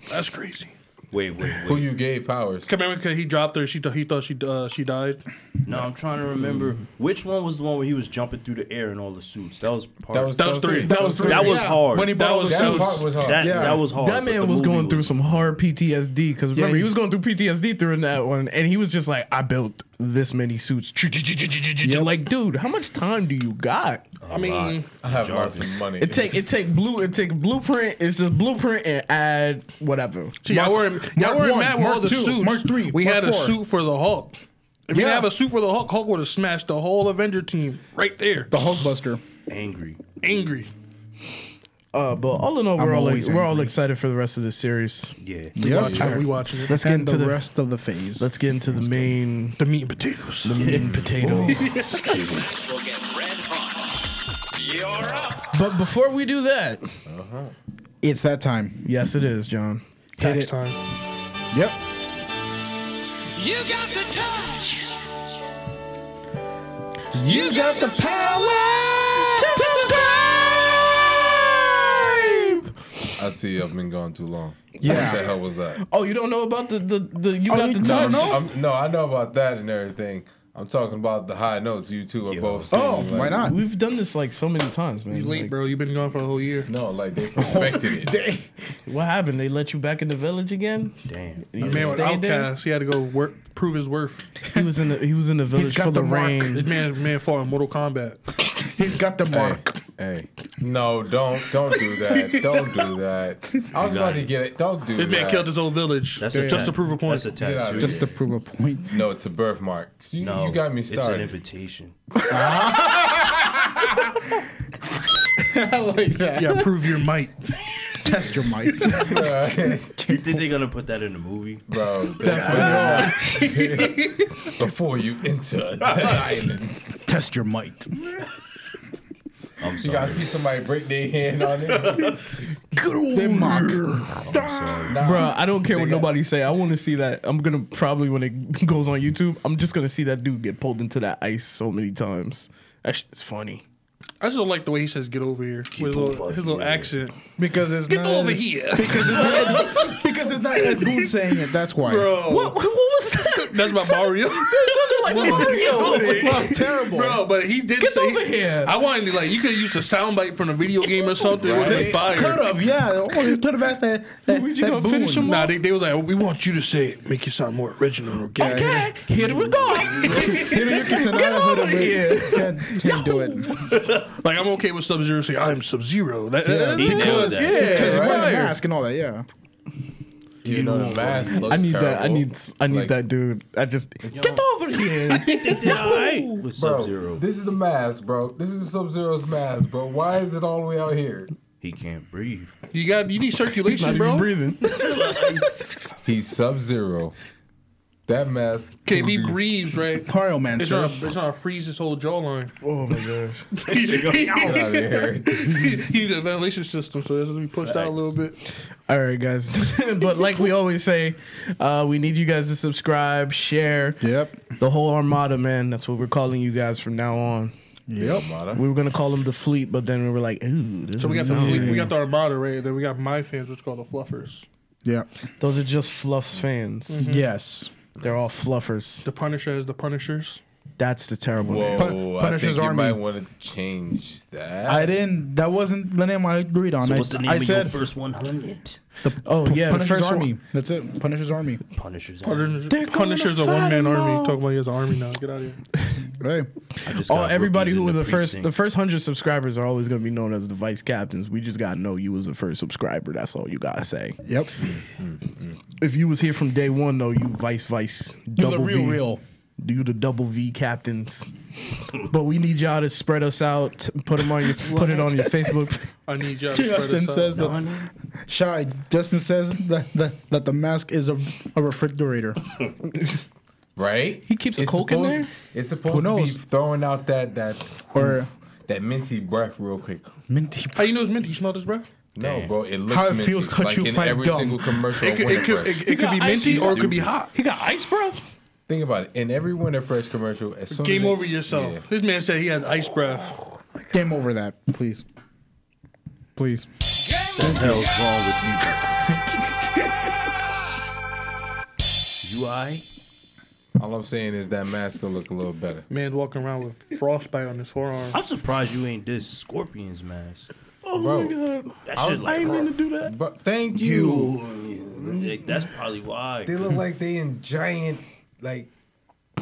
That's crazy.
Wait, wait,
Who
wait.
you gave powers?
Remember, cause he dropped her. She th- he thought she uh, she died.
No, I'm trying to remember which one was the one where he was jumping through the air in all the suits. That was part.
That was-
That was three.
That was
That was hard.
When he
that
bought
was
the
That
suits.
part was hard.
that,
Yeah.
that was hard.
That
but the
man was
movie
going through some hard PTSD because remember he,
he-
was going through PTSD during that one, and he was just like, "I built this many suits." Like, dude, how much time do you got?
I mean,
I have lots of money.
Oh,
It
<laughs>
take it take blue it take blueprint. It's just blueprint and add whatever.
see, y'all were y'all
Mark
were
one,
mad with all
Mark
the
two,
suits.
Mark three,
We
Mark
had a
four.
suit for the Hulk. If we
Yeah.
didn't have a suit for the Hulk, Hulk would have smashed the whole Avenger team right there.
The Hulkbuster.
angry.
Angry.
Uh, but all in all, we're all
always
we're all
angry.
excited for the rest of the series.
Yeah.
Watch it. We watching it.
Let's get
And
into
the,
the
rest of the phase.
let's get into the main
The meat and potatoes.
meat and potatoes.
We'll get red hot. You're up.
<laughs> but before we do that,
it's that time.
yes, it is, John.
<laughs> Tax time.
Yep.
You got the touch.
You got the power.
I see. I've been gone too long.
Yeah.
What the hell was that?
Oh, you don't know about the the, the you
Oh,
got
you
the
don't
touch?
know?
I'm, no, I know about that and everything. I'm talking about the high notes. You two are both. singing,
Oh,
like,
why not?
We've done this like so many times, man.
You
Like,
late, bro. You've been gone for a whole year.
No, like they
<laughs>
perfected it.
What happened? They let you back in the village again?
Damn.
You
Man
just
was
stayed there?
outcast. He had to go work, prove his worth.
He was in the he was in the village
got
full
the
of
mark.
This
rain.
man, man fought in Mortal Kombat.
He's got the
Hey,
mark.
hey, no, don't, don't do that. Don't do that. I was about to get it. Don't do
This man
that.
killed his whole village
That's a
just
tat-
to prove a point.
That's a
Get out
tattoo.
of
Just to prove a point.
no, it's a birthmark. You,
no,
you got me
It's an
started.
invitation.
yeah, prove
<laughs>
your might.
Test your mic.
You think they're gonna put that in the movie?
Bro, definitely. <laughs> before you enter the island,
Test your mic.
I'm
you <laughs>
sorry.
gotta see somebody break their hand <laughs> on it.
The mark.
Nah,
Bro, I don't care what
got-
nobody say. I want to see that. I'm gonna probably when it <laughs> goes on YouTube, I'm just gonna see that dude get pulled into that ice so many times. That shit's funny.
I just don't like the way he says "get over here" with his little,
over
his little
here.
accent.
Because it's
Get
not
over here,
Because it's not Ed, because it's not Ed Boon saying it. That's why.
<laughs> bro.
What, what was
<laughs>
that?
That's my <laughs> Mario.
Something like
It
Mario.
was terrible.
Bro, but he did
Get
say
over here.
I wanted to like you could have used a soundbite from a video game or something. It would have been
Could
fire.
have, yeah. Or you could have asked that. that
Luigi
that
gonna
Boone.
finish him
Nah, they, they were like, we want you to say it, make you sound more original and organic.
Okay, here we go.
Hiroyuki Sanada
Get
hood
over
him
here.
with- Can't, can't do it.
Like I'm okay with Sub Zero saying I'm Sub Zero.
He nailed that.
Because
right.
wearing a mask and all that, yeah.
you know the mask looks
I need
terrible.
that. I need. I need
Like,
that dude. I just get over here.
They did all right with Sub
Bro,
Zero.
this is the mask, bro. This is Sub Zero's mask, bro. Why is it all the way out here?
He can't breathe.
You got you need
He's not
circulation,
even <laughs>
bro.
breathing.
He's Sub Zero. That mask.
Okay, if he breathes, right?
Mario Man.
It's gonna it's gonna freeze his whole jawline.
Oh my gosh.
he <laughs>
Get out of <laughs> here.
needs a ventilation system, so it's gonna be pushed out a little bit.
All right, guys. <laughs> but like we always say, uh, we need you guys to subscribe, share.
Yep.
The whole armada, man. That's what we're calling you guys from now on.
Yep.
We were gonna call them the fleet, but then we were like, ooh, this
So we got
is
the
weird.
fleet, we got the Armada, right? Then we got my fans, which called the Fluffers.
Yep.
those are just fluffs fans.
Yes.
They're all fluffers.
The Punisher has the Punishers.
That's the terrible
Whoa,
name.
Pun-
I
Punisher's
think you
Army.
might want to change that.
I didn't. That wasn't the name I agreed on.
So
I,
what's the name
I
of
said
your first 100?
Oh yeah, the
Punisher's
first one-
Army. That's it. Punisher's Army.
Punisher's
Punisher's,
They're gonna
Punisher's a
fight
one man
them
army.
all.
Talking about he has an army now. Get out of here.
Right.
I just
Oh,
got
everybody
rookies
who
in
was the first, the
precinct.
first hundred subscribers are always going to be known as the vice captains. We just got to know you was the first subscriber. That's all you gotta say.
Yep.
If you was here from day one, though, you vice vice
You're
double
the real,
v,
real.
You the double V captains. but we need y'all to spread us out. t- Put them <laughs> on your, put it on your Facebook.
I need y'all to spread
Justin
us out.
says that. Shy. Justin says that that, that the mask is a,
<laughs>
a refrigerator.
right?
He keeps a Coke in
supposed-
there?
It's
Who
supposed to be
knows?
throwing out that that
Or-
that minty breath real quick.
Minty.
How you know it's minty? You smell this, bro?
No, bro, it looks
How it
minty.
feels to touch
like
you
in
fight
every
dumb.
single commercial.
It
of
could,
Winter
it could,
Fresh.
it, it could be minty or it could be hot.
He got ice, bro.
Think about it. In every Winter Fresh commercial, as soon
Game
as it-
over yourself.
Yeah.
This man said he has ice breath.
Game over that, please. Please.
What the hell's wrong with you? DUI.
All I'm saying is that mask gonna look a little better.
Man's walking around with frostbite on his forearm.
I'm surprised you ain't this Scorpions mask.
Oh
Bro,
my god.
That
I
shit
was
like,
I didn't mean to do that.
But thank
you.
you.
Like, that's probably why.
They look like they in giant, like,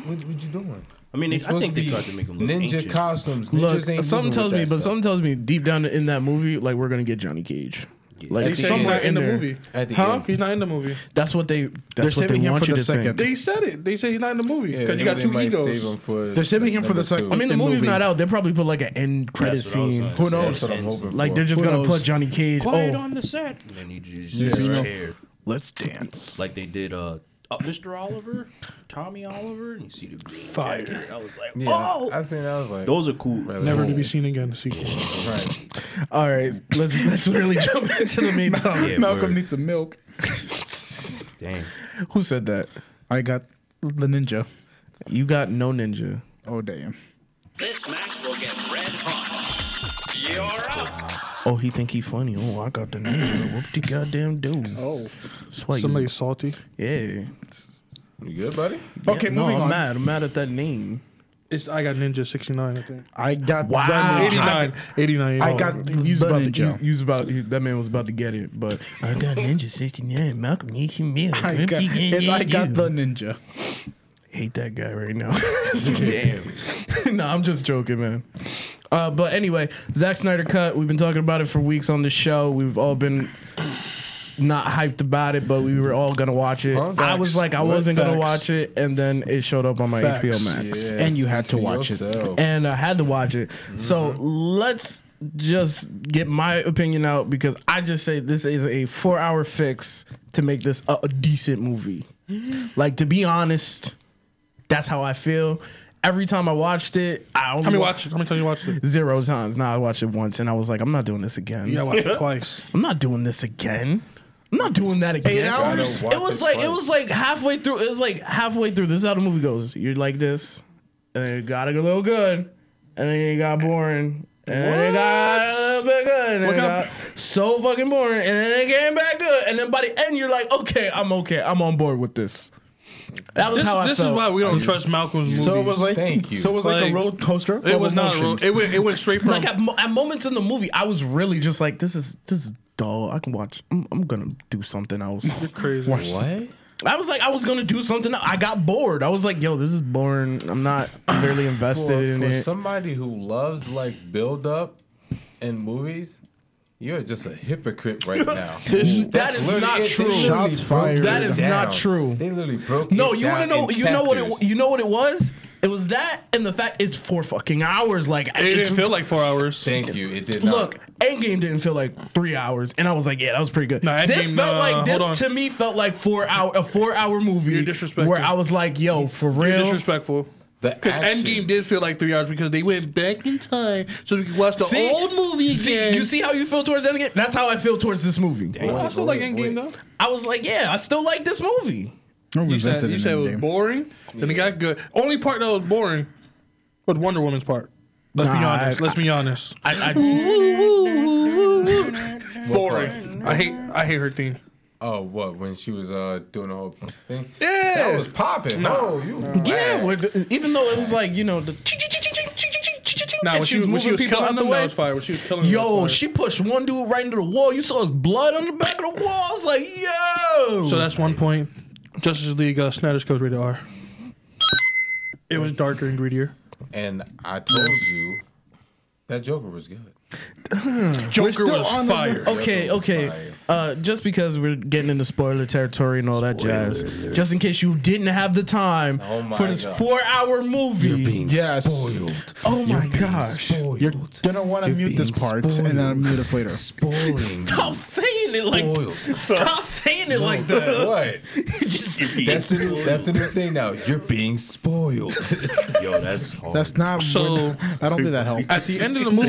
what, what you doing?
I mean, they,
It's
I
supposed
think
to
they
be
tried to make him look
ninja
ancient.
costumes. Ninjas
Look,
ain't
something
moving
tells
with
me,
that
but
stuff.
something tells me deep down in that movie, like we're gonna get Johnny Cage. Like
They
At the
said
end.
he's
somewhere
not in the
there.
movie.
at the
Huh?
end.
He's not in the movie.
That's what they. That's what they
saving him
want
for
you
the
to think.
second.
They said it. They said he's not in the movie
Yeah,
because
they
he got
they
two
might save him
egos.
for
They're saving him for
number
the second-
two.
I mean, the,
The
movie's
movie.
not out. They probably put like an end credit
That's what I was
scene.
gonna
Who
say.
knows?
That's what I'm
Ends-
hoping
Like
for.
they're just
Who
gonna
knows?
put Johnny Cage.
Quiet
oh,
on the set. And then he just sits in a chair.
Let's dance.
Like they did uh, uh, Mr. Oliver, Tommy Oliver, and you see the green
Fire.
jacket. I was like,
Yeah,
oh!
I seen. that, I was like,
Those are cool.
brother,
Never to be seen again. The sequel.
Right.
all right. Let's
<laughs>
let's really jump into the main topic.
Yeah,
Malcolm
word.
needs some milk.
<laughs> Damn.
Who said that?
I got the ninja.
You got no ninja.
Oh damn.
This match will get red hot. You're up.
Oh, he think he funny. Oh, I got the ninja. Whoop the goddamn dude. Oh, Swag.
Somebody salty.
Yeah.
You good, buddy?
Okay,
Yeah, no,
moving
I'm
on.
mad. I'm mad at that name.
It's I got Ninja 69. I think.
I got
Wow.
the ninja.
89. 89.
Oh,
I got the
You was about to,
ninja.
you, you was about he- that man was about to get it, but I got Ninja 69, Malcolm Nikki Mill.
I got, it's I got the ninja.
hate that guy right now. <laughs> no, I'm just joking, man. Uh, but anyway, Zack Snyder cut. We've been talking about it for weeks on the show. We've all been not hyped about it, but we were all gonna watch it.
Huh?
I was
Facts.
like, I
What
wasn't gonna
facts?
watch it, and then it showed up on my
Facts.
HBO Max
And you had to
speak for
watch it.
yourself.
and I had to watch it. So
Mm-hmm.
let's just get my opinion out because I just say this is a four hour fix to make this a, a decent movie.
Mm-hmm.
Like to be honest, that's how I feel. Every time I watched it, I only
How many
wa-
watch? How many times you watched
<laughs>
it?
zero times. Now I watched it once, and I was like, I'm not doing this again.
Yeah, I watched <laughs> it twice.
I'm not doing this again. I'm not doing that again.
Eight hours?
It was like it was like halfway through. It was like halfway through. This is how the movie goes. You're like this, and then it got a little good, and then it got boring, and then it got a little bit good, and then
What
it
kind
got
of-
so fucking boring, and then it came back good, and then by the end you're like, okay, I'm okay, I'm on board with this. That was
This,
how I
this is
felt.
why we don't trust Malcolm's movies.
So it was like
Thank you.
So it was like,
Like,
a roller coaster. of
It was not. A, ro-
emotions.
it went. It went straight <laughs> from.
like at, mo- at moments in the movie, I was really just like, this is this is dull. I can watch. I'm, I'm gonna do something
<laughs>
else.
crazy.
What?
I was like, I was gonna do something. else. I got bored. I was like, yo, this is boring. I'm
<clears throat>
not really invested
For,
in
for
it.
somebody who loves like build up in movies, you're just a
<laughs>
hypocrite right now.
that is
literally
not
it. They
true.
literally
Shots
broke
fired.
it
That is not
down.
true.
They literally broke.
no,
it
you
down
wanna know?
in
You know what? It,
chapters.
you know what it was? It was that, and the fact it's four fucking hours. Like
It
it's-
didn't feel like four hours.
Thank you. It did
Look, Endgame didn't feel like three hours, and I was like, "Yeah, that was pretty good."
No, Endgame,
this felt
uh,
like
hold on.
this to me felt like four hour a four hour movie.
You're disrespectful.
Where I was like, "Yo, for real."
Disrespectful.
The
Because
action.
Endgame did feel like three hours because they went back in time so we could watch the
See?
old movie
See,
again.
you see how you feel towards Endgame? That's how I feel towards this movie.
Well, I still like Endgame though.
I was like, "Yeah, I still like this movie."
I'm
You
invested
said, you
in
said it
that
was
game.
boring, then it got good. Only part that was boring was Wonder Woman's part. Let's be
Nah,
honest.
I-
let's be honest.
I, I,
boring. I hate. I hate her theme.
Oh, what? When she was uh doing the whole thing?
Yeah.
That was popping. No, you.
Yeah,
mad.
with, even though it was like you know the.
Nah, when
and
she, was, when she was
moving people
killing
out the
them, that
way.
was fire. When she was killing them, that
Yo,
was
she pushed one dude right into the wall. You saw his blood on the back of the wall. I was like, yo.
So that's one point. Justice League uh, Snyder's Code rated R. It was darker and greedier.
And I told you that Joker
<laughs>
was good.
Joker
still
was
on the-
fire.
Okay,
That was
okay.
fire.
Uh, just because we're getting into spoiler territory and all that jazz, just in case you didn't have the time
Oh my
for this
God.
four-hour movie.
Yes.
oh my gosh!
You're gonna want to mute this part and then mute us later.
Stop saying it like. Stop saying it like that.
What?
Just-
That's the new, that's the new thing now. You're being spoiled. <laughs>
Yo, that's hard.
That's not.
So-
I don't think that helps.
At the end of the movie,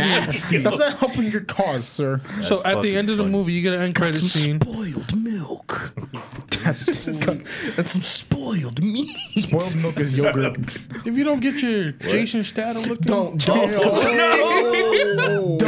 That's not helping your cause, sir.
so at the end of the movie, you get an end credit scene.
spoiled milk. <laughs> That's, that's some spoiled meat.
<laughs> Boiled milk is yogurt.
If you don't get your Jason Statham looking, <laughs>
Don't, don't, don't,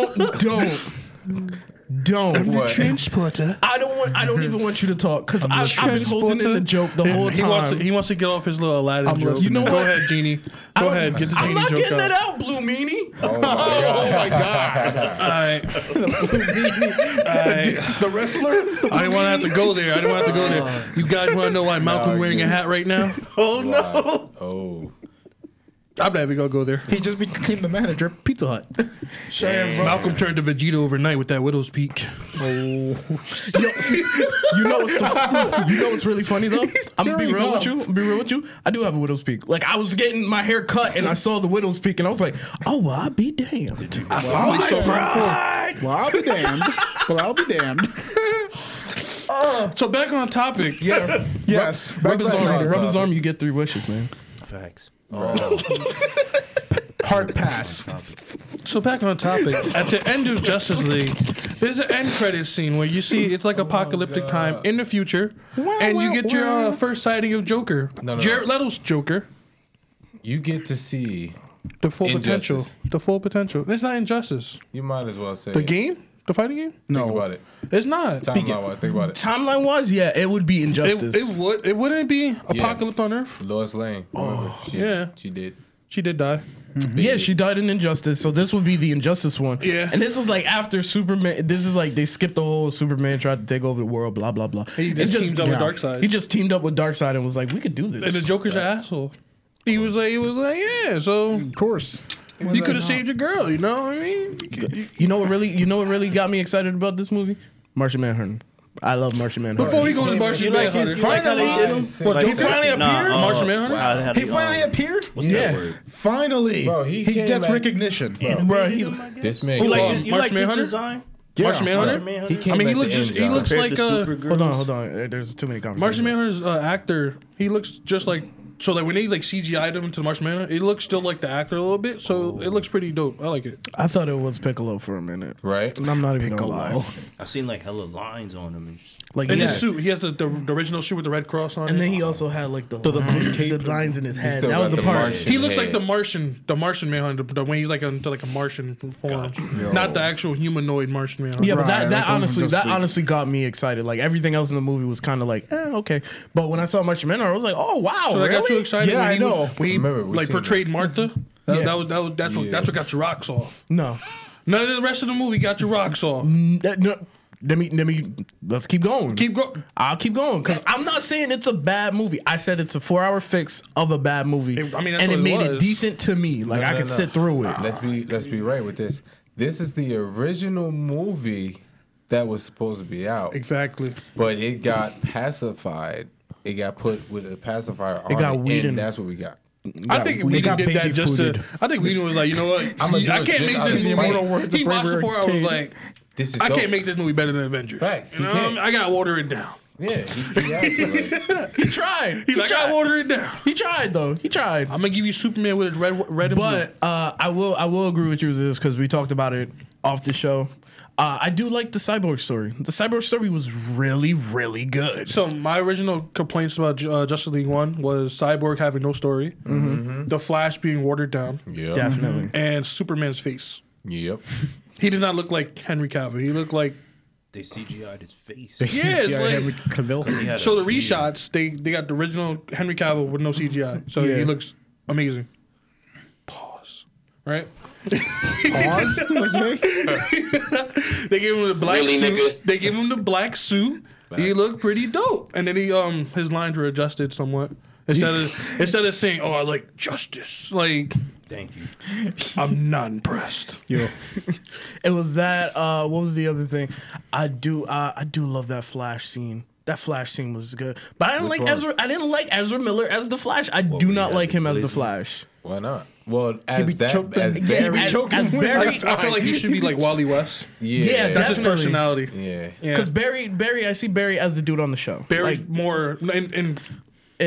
don't, don't. Don't.
What?
transporter.
I don't want. I don't even want you to talk because I've, I've been holding in the joke the whole time.
He wants, to, he wants to get off his little Aladdin
I'm
joke.
listening.
You know Go
what?
ahead, Genie. Go
don't-
ahead. Get the
I'm
Genie
not
joke
getting
out.
that out, Blue Meanie.
Oh my god.
All
<laughs>
right.
The
<laughs>
wrestler?
I didn't want to have to go there. I didn't want to have to go there. You guys want to know why Malcolm wearing a hat
<laughs>
right now?
Oh no.
Oh.
I'm not even gonna go there.
he just became the manager of Pizza Hut.
Malcolm turned to Vegeta overnight with that widow's peak.
You know what's the, you know what's really funny
<laughs>
though. I'm gonna be real with you. Be real with you. I do have a widow's peak. Like I was getting my hair cut and I saw the widow's peak and I was like, oh, well, I be damned. I finally saw my
Well, I'll be damned. well, I'll be damned.
So back on topic. Yeah.
Yes. Back
Rub his
to
arm.
Snyder.
Rub his arm. You get three wishes, man.
Facts.
Hard pass.
So back on topic. At the end of Justice League, there's an end credit scene where you see it's like apocalyptic time in the future, and you get your uh, first sighting of Joker,
No, no,
Jared Leto's Joker,
You get to see.
the full potential,
Injustice.
the full potential. It's not injustice.
You might as well say
The
it.
game, the fighting game,
Think about
No.
it.
it's not.
Time out. while I Think about it.
Timeline wise, yeah, it would be
It,
injustice.
it would. It wouldn't be apocalypse on Earth.
Lois Lane. remember? she,
yeah.
She did.
She did die.
yeah, she died in injustice, so this would be the injustice one.
Yeah.
and this is like after Superman. This is like they skipped the whole Superman tried to take over the world. Blah blah blah.
He
It
just teamed up with Darkseid.
He just teamed up with Darkseid and was like, we could do this.
And the Joker's an asshole. He was like, he was like, yeah. So
Of course.
you could have saved your girl. You know what I mean?
You know what really? You know what really got me excited about this movie? Martian Manhunter. I love Martian Manhunter.
Before we go to Martian
You like
Manhunter,
his- you like how they did him?
Finalized. What,
Like,
he finally appeared?
Martian Manhunter?
uh, wow, they had
He
the,
finally
um,
appeared?
What's
Yeah.
that word?
Finally.
Bro, he came
gets
back-
recognition.
Bro, he,
This man.
You
came-
like, you
Martian
like the
Manhunter?
design?
Martian
Martian
Manhunter.
Manhunter?
came
I mean, he
back
looks
to
just,
end
uh,
he
job.
looks
Compared
like
to
a
Supergirl?
hold on, hold on. Uh, There's too many
Martian
conversations.
Manhunter's uh, actor. He looks just like so like when they like CGI'd him into Martian Manhunter, it looks still like the actor a little bit. So it looks pretty dope. I like it.
I thought it was Piccolo for a minute.
Right?
And I'm not even gonna lie.
I've seen like hella lines on him. And just,
Like
And
yeah.
his suit, he has the, the, the original suit with the red cross on
And
it.
then he also had like the lines, the lines in his head.
still
That
got
was the
the
part.
Martian.
he looks like
head.
the Martian, the Martian Manhunter, the, when he's like into like a Martian form, not the actual humanoid Martian Manhunter.
Yeah, but
Right,
that,
like
that
the one
honestly
from
that
Justice League.
honestly got me excited. Like everything else in the movie was kind of like, eh, okay. But when I saw Martian Manhunter, I was like, oh wow,
So that got you
really?
excited?
Yeah,
when
I
he was-
know.
when he
Remember, we
like
seen
portrayed Martha. That,
Yeah.
that was, that was, that's what that's what got your rocks off.
No,
None of the rest of the movie got your rocks off.
That- no. Let me let me let's keep going.
Keep going.
I'll keep going because I'm not saying it's a bad movie. I said it's a four hour fix of a bad movie.
It- I mean, that's
and
what
it
it
made it
was.
decent to me. Like I
No,
could
no.
sit through it.
Let's be let's be right with this. This is the original movie that was supposed to be out,
Exactly.
but it got pacified. It got put with a pacifier on it,
got weeded.
and that's what we got.
I think we
got
did that
baby
just to.
fooded.
I think Whedon was like, you know what?
I'ma
I
do it
can't
just
make
out
this
of
movie.
spite.
Little words
He
of
watched the
bravery
four hours.
came.
Like,
This is
I
dope.
can't make this movie better than Avengers.
Facts,
You
you
know what I
can't.
mean? I gotta water it down.
Yeah, he, he had to, like,
He tried.
He like, I gotta water it down.
He tried though. He tried.
I'm gonna give you Superman with his red, red and
But uh, I will I will agree with you with this because we talked about it off the show. Uh, I do like the cyborg story. The cyborg story was really really good.
So my original complaints about uh, Justice League One was Cyborg having no story,
Mm-hmm.
the Flash being watered down,
yep.
Definitely.
and Superman's face.
Yep.
He did not look like Henry Cavill. He looked like
they CGI'd his face.
<laughs> yeah. it's
Yeah,
like-
Henry Cavill.
He had
so
a
the
beard.
reshots they they got the original Henry Cavill with no CGI. So
Yeah.
he looks amazing. Pause. Right.
Pause. Okay.
They gave him the black suit. They gave him the black suit. He looked pretty dope. And then he um his lines were adjusted somewhat. Instead of instead of saying, "Oh, I like justice," like
Thank you.
I'm not impressed.
It was that. Uh, what was the other thing? I do. Uh, I do love that flash scene. That flash scene was good, but I didn't like
one?
Ezra. I didn't like Ezra Miller as the Flash. I do
when he
not
had
like
the
him as the
blizzard?
Flash.
Why not? Well, as that,
choking-
as
Yeah, he be
Barry,
As,
choking
as
with-
Barry,
I
<laughs>
feel like he should be like Wally West.
yeah,
yeah,
That's his
Definitely.
personality.
yeah.
Yeah.
because Barry, Barry, I see Barry as the dude on the show.
Barry's
Like,
more in in,
in,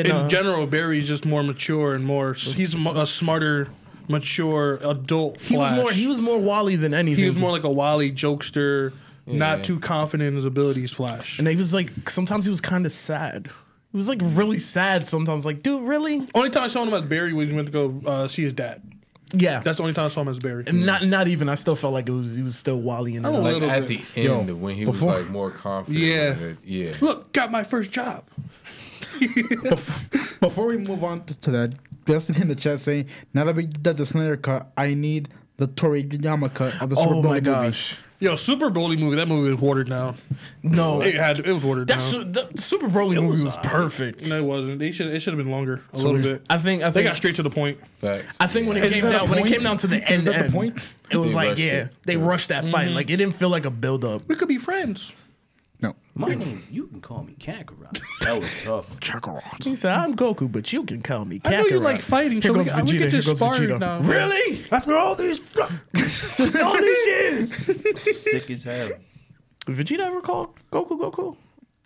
in
uh,
general. Barry's just more mature and more. He's mo- a smarter, mature adult.
he was
Flash.
more. He was more Wally than anything.
He was more like a Wally jokester,
Yeah.
not too confident in his abilities. Flash.
and he was like sometimes he was kind of sad. He was like really sad sometimes. Like, dude, really?
Only time I saw him as Barry was when he went to go uh, see his dad.
Yeah.
That's the only time I saw him as Barry.
And not not even. I still felt like it was he was still Wally and
I don't
like,
Like
little
at
bit.
the end when he
before-
was like more confident.
Yeah.
with it, yeah.
Look, got my first job.
Before we move on to, to that, Justin in the chat saying, "Now that we did the Snyder cut, I need the Toriyama cut of the Super
Oh
Bowl
my
movie."
gosh.
Yo, Super Bowl movie. That movie was watered down.
<laughs> No.
It had it was watered
That
down.
su- the Super Broly movie was perfect.
no, it wasn't. They should it should have been longer a little bit.
I think I think
they got straight to the point.
Facts.
I think when it
Isn't
came
that
down
the
when it
point?
came down to the
Isn't
end,
that the
end,
point?
it was
They
like
rushed
yeah, Mm-hmm.
it.
they rushed that fight. Like it didn't feel like a build up.
We could be friends.
No,
My name, you can call me Kakarot. That was tough.
She said, "I'm Goku, but you can call me." Kakarot.
I know you like fighting,
Here
so we-
goes
we
Vegeta.
could
Here
just
goes
spar
Vegeta.
now. <laughs>
Really?
<laughs> After all these, <laughs> all these years, sick as hell.
Did Vegeta ever called Goku Goku?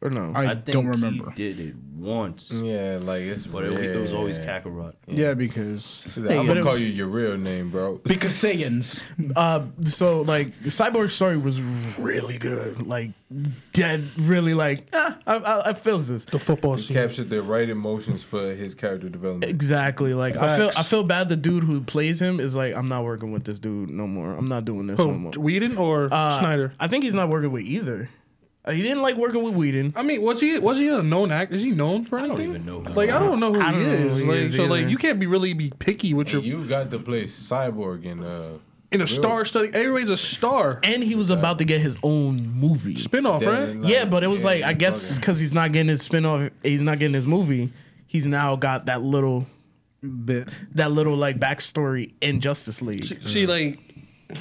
Or no?
I,
I think
don't remember.
he did it once,
Yeah, like it's.
but it, it was always
rare.
Kakarot.
yeah, because
I'm
But it
gonna call
was-
you your real name, bro.
because Saiyans.
Uh, so like the cyborg story was really good, like dead, really like ah, I, I, I feel this
The football
He
scene.
captured the right emotions for his character development.
exactly. Like I feel I
Facts.
feel bad. The dude who plays him is like, I'm not working with this dude no more. I'm not doing this no
Who,
more.
Whedon or
Uh,
Snyder?
I think he's not working with either. Uh, He didn't like working with Whedon.
I mean, was he was he a known actor? Is he known for anything?
even know who
Like
he
I don't know who
I
he
don't know who
is.
he
like,
is
so, like
either.
you can't be really be picky with your
You got to play Cyborg in uh
in a star study. Everybody's a star.
And he was about to get his own movie.
Spinoff,
Dead
right?
Light.
yeah, but it was like I guess
fucking-
because he's not getting his spinoff, he's not getting his movie. He's now got that little
Bit.
that little like backstory in Justice League.
See, like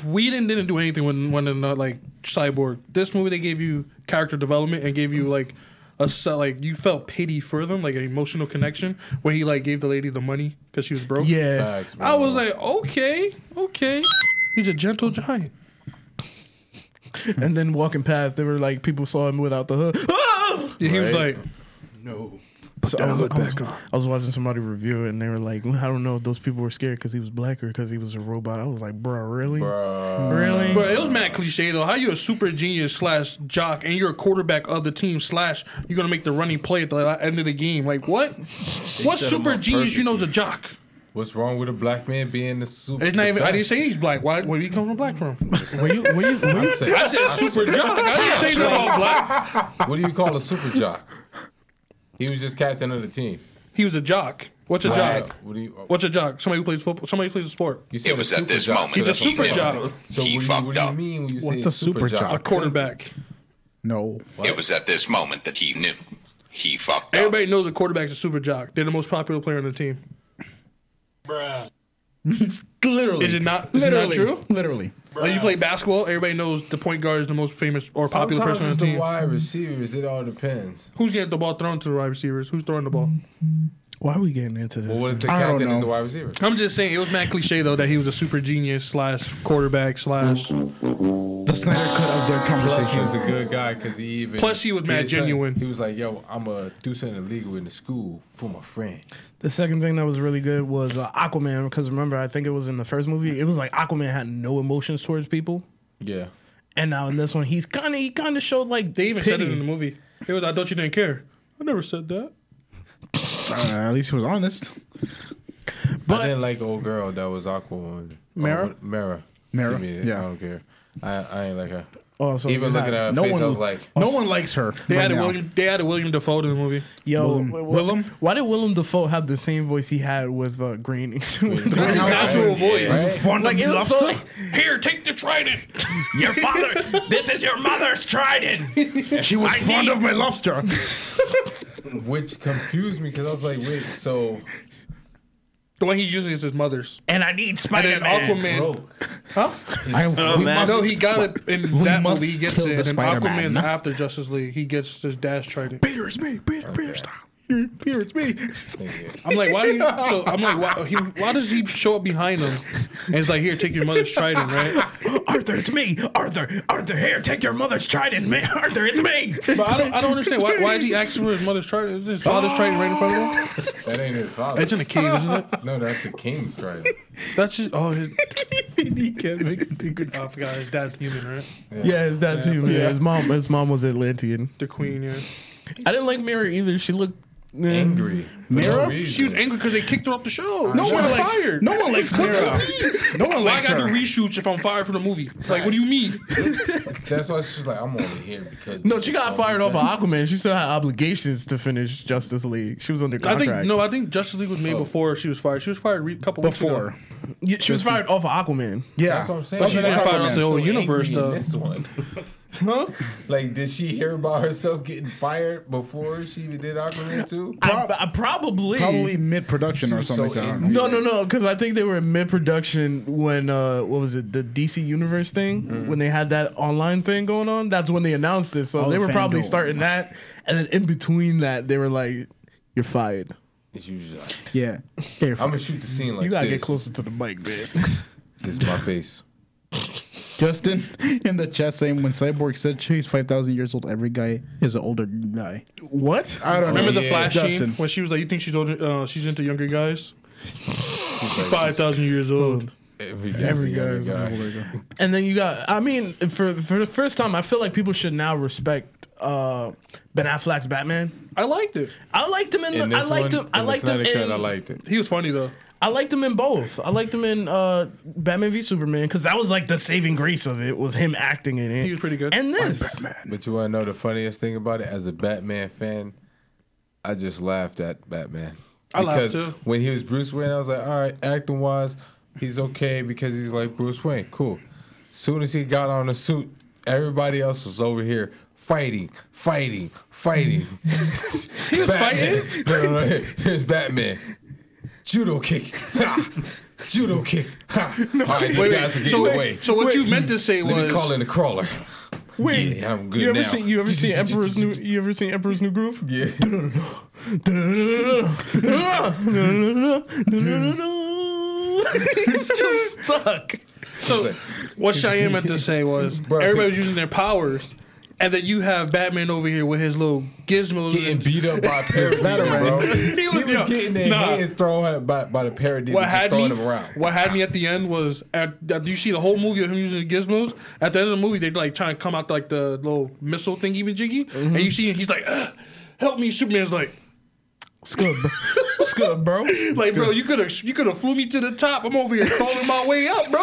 Whedon didn't do anything when when in, uh, like Cyborg. This movie they gave you character development and gave you like a se- like you felt pity for them, like an emotional connection. Where he like gave the lady the money because she was broke.
Yeah,
Facts, bro.
I was like, okay, okay. He's a gentle giant.
<laughs> and then walking past, they were like people saw him without the hood. Ah!
Yeah, he was
Right.
like,
No,
So I, was, I was- I was watching somebody review it, and they were like, "I don't know if those people were scared because he was black or because he was a robot." I was like, "Bro, really?
Bruh.
Really?"
Bro, it was mad cliche though. How you a super genius slash jock and you're a quarterback of the team slash you're gonna make the running play at the la- end of the game? Like what? what
set him
super
up
genius you know is a
perfectly.
jock?
What's wrong with a black man being the super?
It's not even. I didn't
best?
say he's black. Why? Where do you come from? Black from?
Were you? Were you? Were
I
you
said-
I said super jock. I didn't say nothing about black.
what do you call a super jock? He was just captain of the team.
He was a jock. What's a
Like,
jock?
What do you?
What's a jock? Somebody who plays football. Somebody who plays a sport.
You said
It was
a
at
super
this
jock,
moment.
so
He's a
that's what I'm
super
talking
jock.
about. So
He
what, do you,
fucked
what do you
up.
mean when you say
What's a super jock?
A quarterback.
No,
It was at this moment that he knew. He fucked up.
Everybody knows a quarterback's a super jock. They're the most popular player on the team.
literally.
Is it not? Is it
literally
not true?
Literally.
Like you play basketball, everybody knows the point guard is the most famous or popular
Sometimes
person on
it's
the
the
team.
wide receivers. It all depends.
Who's getting the ball thrown to the wide receivers? Who's throwing the ball?
why are we getting into this?
Well, what if the
I don't
captain is the
know.
wide receiver?
I'm just saying it was mad cliche though that he was a super genius slash quarterback slash.
The Snyder cut of their
Plus, he was
conversation.
a good guy because he even.
Plus, he was mad
did something-
genuine.
He was like, "Yo, I'm gonna do something illegal in the school for my friend."
The second thing that was really good was uh, Aquaman because remember I think it was in the first movie it was like Aquaman had no emotions towards people
Yeah.
and now in this one he's kind of he kind of showed like
They even said it in the
movie.
movie. It was I thought you didn't care. I never said that.
Uh, at least he was honest.
I didn't like old girl that was Aquaman.
Mara?
Oh, Mara.
Mara,
Give me it.
yeah.
I don't care. I, I ain't like her.
Oh, so
Even
you're
looking
not-
at her
No
face,
one
I was
<laughs>
like,
no one likes her.
They
right
had a
now.
William. They had a William Defoe in the movie.
yo
Willem.
wh- wh-
Willem?
why did Willem Dafoe have the same voice he had with uh, Green <laughs>
Green
His
Right.
natural voice.
Fond
like
of
it was so, <laughs>
lobster?
Here, take the trident.
your father this is your mother's trident
She was fond of my lobster.
which confused me because I was like, wait, so
The one he's using is his mother's.
and I need
And then
Spider-Man
Aquaman.
broke.
I, we must-
No, he got it in that
must
movie. He gets
kill
it.
the
And then
Spider-Man.
Aquaman's after Justice League. He gets his dash trident. <laughs>
Peter, it's me. Peter, Peter, stop. Peter, Peter, it's me.
I'm like, why do you? So I'm like, why, he, why does he show up behind him? And it's like, here, take your mother's trident, right?
Arthur it's me Arthur Arthur here take your mother's trident man <laughs> Arthur it's me
But I don't, I don't understand why. Why is he asking for his mother's trident? Is his father's trident right in front of him?
That ain't his father.
It's in the cave, isn't it?
no, that's the
<laughs>
king's dragon.
That's just oh, his,
he can't make it too
<laughs>
good.
I forgot. His dad's human, right?
yeah his dad's human yeah. his mom his mom was Atlantean
The queen, yeah.
I didn't like Mary either. She looked
angry. for no
Mira?
reason.
She was angry because they kicked her off the show.
No
She
one
got
likes.
fired.
No one likes Mira. No one
Why I
likes
got to
her.
reshoot if I'm fired from the movie? Like, what do you mean?
That's why she's like, I'm only here because.
No, she got fired off of
off.
Aquaman. She still had obligations to finish Justice League. She was under
I
contract.
think no. I think Justice League was made before she was fired. She was fired a re- couple weeks
Before.
ago.
Yeah, she was fired off of Aquaman.
Yeah.
That's what I'm saying.
But she
Like,
just
how
fired
she's
off the whole
angry
universe,
in
though.
<laughs>
This one. Like, did she hear about herself getting fired before she even did Aquaman 2?
I, I probably.
Probably mid production or
was so
something like that. I don't
angry.
know.
No, no, no, because I think they were in mid-production when uh, what was it, the DC Universe thing, when they had that online thing going on. That's when they announced it. So
Oh,
they were probably
fandom.
starting that, and then in between that, they were like, "You're fired.
It's usually like,
Yeah. Here,
I'm gonna shoot the scene like
You gotta get
this.
closer to the mic, man."
This is my face.
Justin in the chat saying when Cyborg said she's five thousand years old, every guy is an older guy.
<laughs> what?
I don't
Remember
know.
the
yeah,
Flash
Justin.
scene when she was like, "You think she's older, uh, she's into younger guys? She's five thousand years old."
Every,
Every
guy
guy's
is a younger guy.
<laughs> And then you got, I mean, for for the first time, I feel like people should now respect uh, Ben Affleck's Batman.
I liked it.
I liked him in,
In
the,
this
I liked
one,
him, I
in the
liked him
Snyder Cut,
in,
I liked it.
He was funny though.
I liked him in both. I liked him in uh, Batman v Superman because that was like the saving grace of it was him acting in it.
He was pretty good.
And this,
But you wanna know the funniest thing about it? As a Batman fan, I just laughed at Batman.
I laughed
Because
too.
When he was Bruce Wayne, I was like, all right, acting wise, he's okay because he's like Bruce Wayne. Cool. Soon as he got on the suit, everybody else was over here fighting, fighting,
<laughs>
fighting. <laughs> he was
fighting?
<laughs> No, no, no. Here's Batman. Judo kick. Ha! Judo kick.
<laughs>
Ha! All right, these guys are getting
So,
away.
so what you meant to say
Let me call
was
in the crawler.
wait,
Yeah, I'm good
you ever
now.
seen you ever
<laughs>
seen Emperor's New you ever seen Emperor's New Groove? <laughs>
Yeah.
it's just stuck.
so, what Cheyenne meant to
<laughs>
say was everybody was using their powers, and then you have Batman over here with his little gizmos.
getting
and
<laughs>
beat up by a parademon, bro. He was,
yo,
getting their
nah.
hands thrown at- by, by the parademon,
what
just
had me?
throwing them around.
What had me at the end was at, at you see the whole movie of him using the gizmos. At the end of the movie, they like trying to come out like the little missile thingy, even jiggy,
Mm-hmm.
and you see he's like, "Ugh, "Help me!" Superman's like,
What's good, bro? What's good, bro?
"Like, bro, you could have you could have flew me to the top. I'm over here crawling my way up, bro."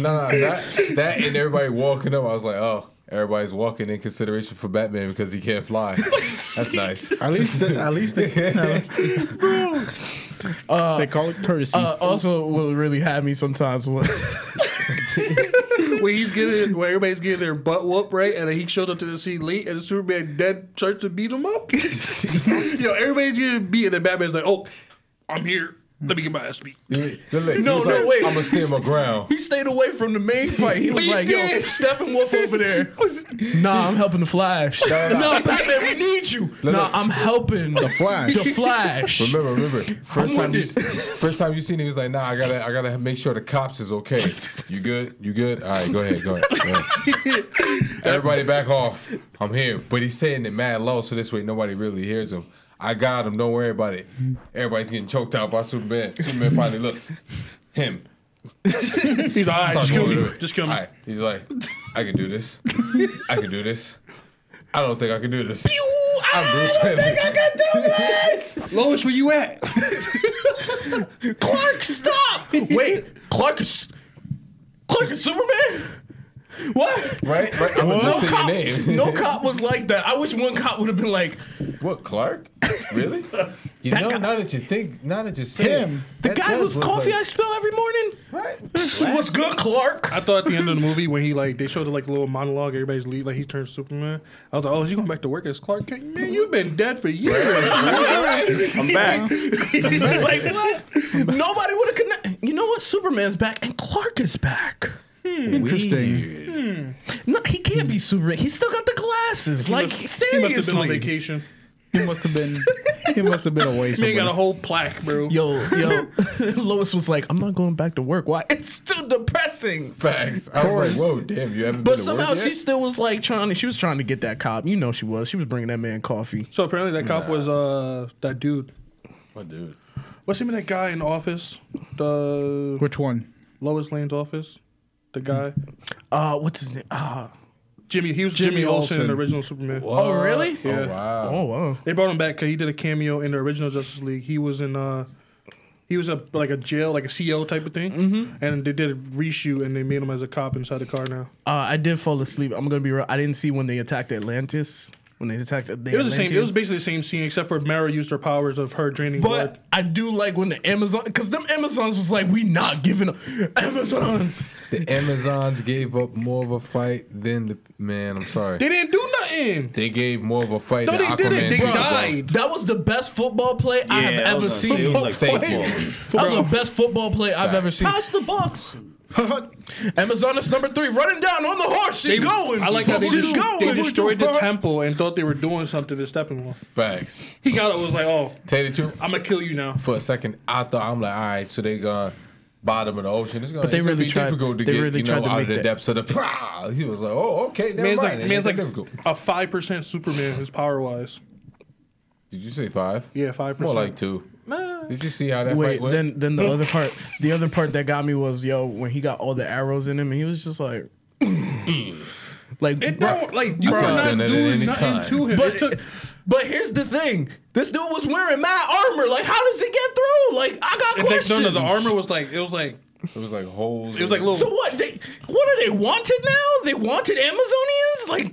No, no, that, that and everybody walking up, I was like, oh, everybody's walking in consideration for Batman because he
<laughs>
can't fly. That's nice.
At least, the, at <laughs> least they, they call it courtesy.
Uh, also, what really had me sometimes was <laughs>
When he's getting when everybody's getting their butt whooped, right? And then he shows up to the scene late, and Superman dead starts to beat him <laughs> up. Yo, everybody's getting beat, and then Batman's like, "Oh, I'm here. Let me get my ass beat."
No, no, wait.
I'm going to stand my ground.
he stayed away from the main fight. He was
He
like,
did.
"Yo, Steppenwolf over
<laughs>
there." Nah, I'm helping the Flash. No, Batman, we need you. Nah,
no.
I'm helping the
Flash.
The Flash.
Remember, remember. First
I'm
time, you,
with it.
<laughs> first time you seen him, he was like, "Nah, I gotta, I gotta make sure the cops is okay. You good? You good? All right, go ahead, go ahead. Go
<laughs>
ahead. Everybody back off. I'm here." But he's saying it mad low, so this way nobody really hears him. I got him. Don't worry about it. Everybody's getting choked out by Superman. Superman finally looks him.
<laughs> He's like, "All right, just
Start
kill
going
me.
over it.
Just kill me."
All right. He's like, "I can do this. I can do this. I don't think I can do this." I'm Bruce Wayne.
Lois, where you <laughs> at?
Clark, stop! Wait, Clark is Clark is Superman. What?
Right? Right? I'm gonna
No
just say your
cop,
name.
no cop was like that. I wish one cop would have been like,
What Clark? Really? You know, now that you think, now that you say
Him.
the guy whose coffee I spill every morning.
right?
What's good, Clark?
I thought at the end of the movie when he like they showed like a little monologue, everybody's lead, like he turns Superman. I was like, oh, is he going back to work as Clark Kent? Man, you've been dead for years.
I'm back.
like what? Nobody would have connected. You know what? Superman's back and Clark is back.
Interesting.
No, he can't be Superman. He's still got the glasses. like
he must have been on
seriously.
vacation.
He must have been. He must have been
Man got
away
a
somewhere.
whole plaque, bro.
Yo, yo, <laughs> Lois was like, "I'm not going back to work. Why? It's too depressing."
Facts. I was like, whoa, damn, you haven't
But
been
somehow
to work
she
yet?
still was like trying to. She was trying to get that cop. You know she was. She was bringing that man coffee.
So apparently that cop was uh that dude.
My dude.
What's him that guy in the office? The
Which one?
Lois Lane's office. The guy.
Uh, what's his name? Uh,
Jimmy. He was Jimmy,
Jimmy
Olsen, in the
Olsen.
original Superman.
Oh, really?
Yeah.
Wow.
Oh, wow.
They brought him back because he did a cameo in the original Justice League. He was in uh, he was a like a jail, like a CO type of thing. Mm-hmm. And they did a reshoot, and they made him as a cop inside the car. Now
Uh, I did fall asleep. I'm gonna be real. I didn't see when they attacked Atlantis. When they attacked, the
it was the same. It was basically the same scene, except for Mara used her powers of her draining blood.
But I do like when the Amazon, because them Amazons was like, we not giving up. Amazons.
The Amazons gave up more of a fight than the man. I'm sorry.
They didn't do nothing.
They gave more of a fight.
No,
than
they didn't.
Aquaman
They
gave up.
died.
That was the best football play I
Yeah,
have
that was
ever
a-
seen.
it was like
Football
football.
play. That was the best football play I've ever seen.
Pass
<laughs>
the box.
Amazon is number three, running down on the horse. She's
They-
going.
I like how they,
She's
just,
going.
they destroyed the temple and thought they were doing something to Steppenwolf.
Facts.
He got it. Was like, oh,
Tell you the truth.
I'm gonna kill you now.
For a second, I thought I'm like, all right, so they gone bottom of the ocean. It's gonna,
But they
it's gonna
really
be
tried-
difficult to
they
get
really
you
tried
know
to
out
make
of the
that-
depths of the. <laughs> Prah! He was like, oh, okay, never
Man's
mind.
like,
It
man's
ain't that
like
difficult.
a five percent Superman, his power wise.
Did you say five?
Yeah, 5%.
More like two. Did you see how that
Wait,
fight went?
then then the other part, the
<laughs>
other part that got me was yo when he got all the arrows in him and he was just
<clears throat>
like, like
It
bro.
don't like you
Bruh.
could not
Done it at
do
any
nothing
time.
to him.
But
it took,
but here's the thing, this dude was wearing my armor. Like how does he get through? Like I got
it took-
questions.
no, no, the armor was like it was like
it was like holes.
it was like little.
So what? They what are they wanted now? They wanted Amazonians? Like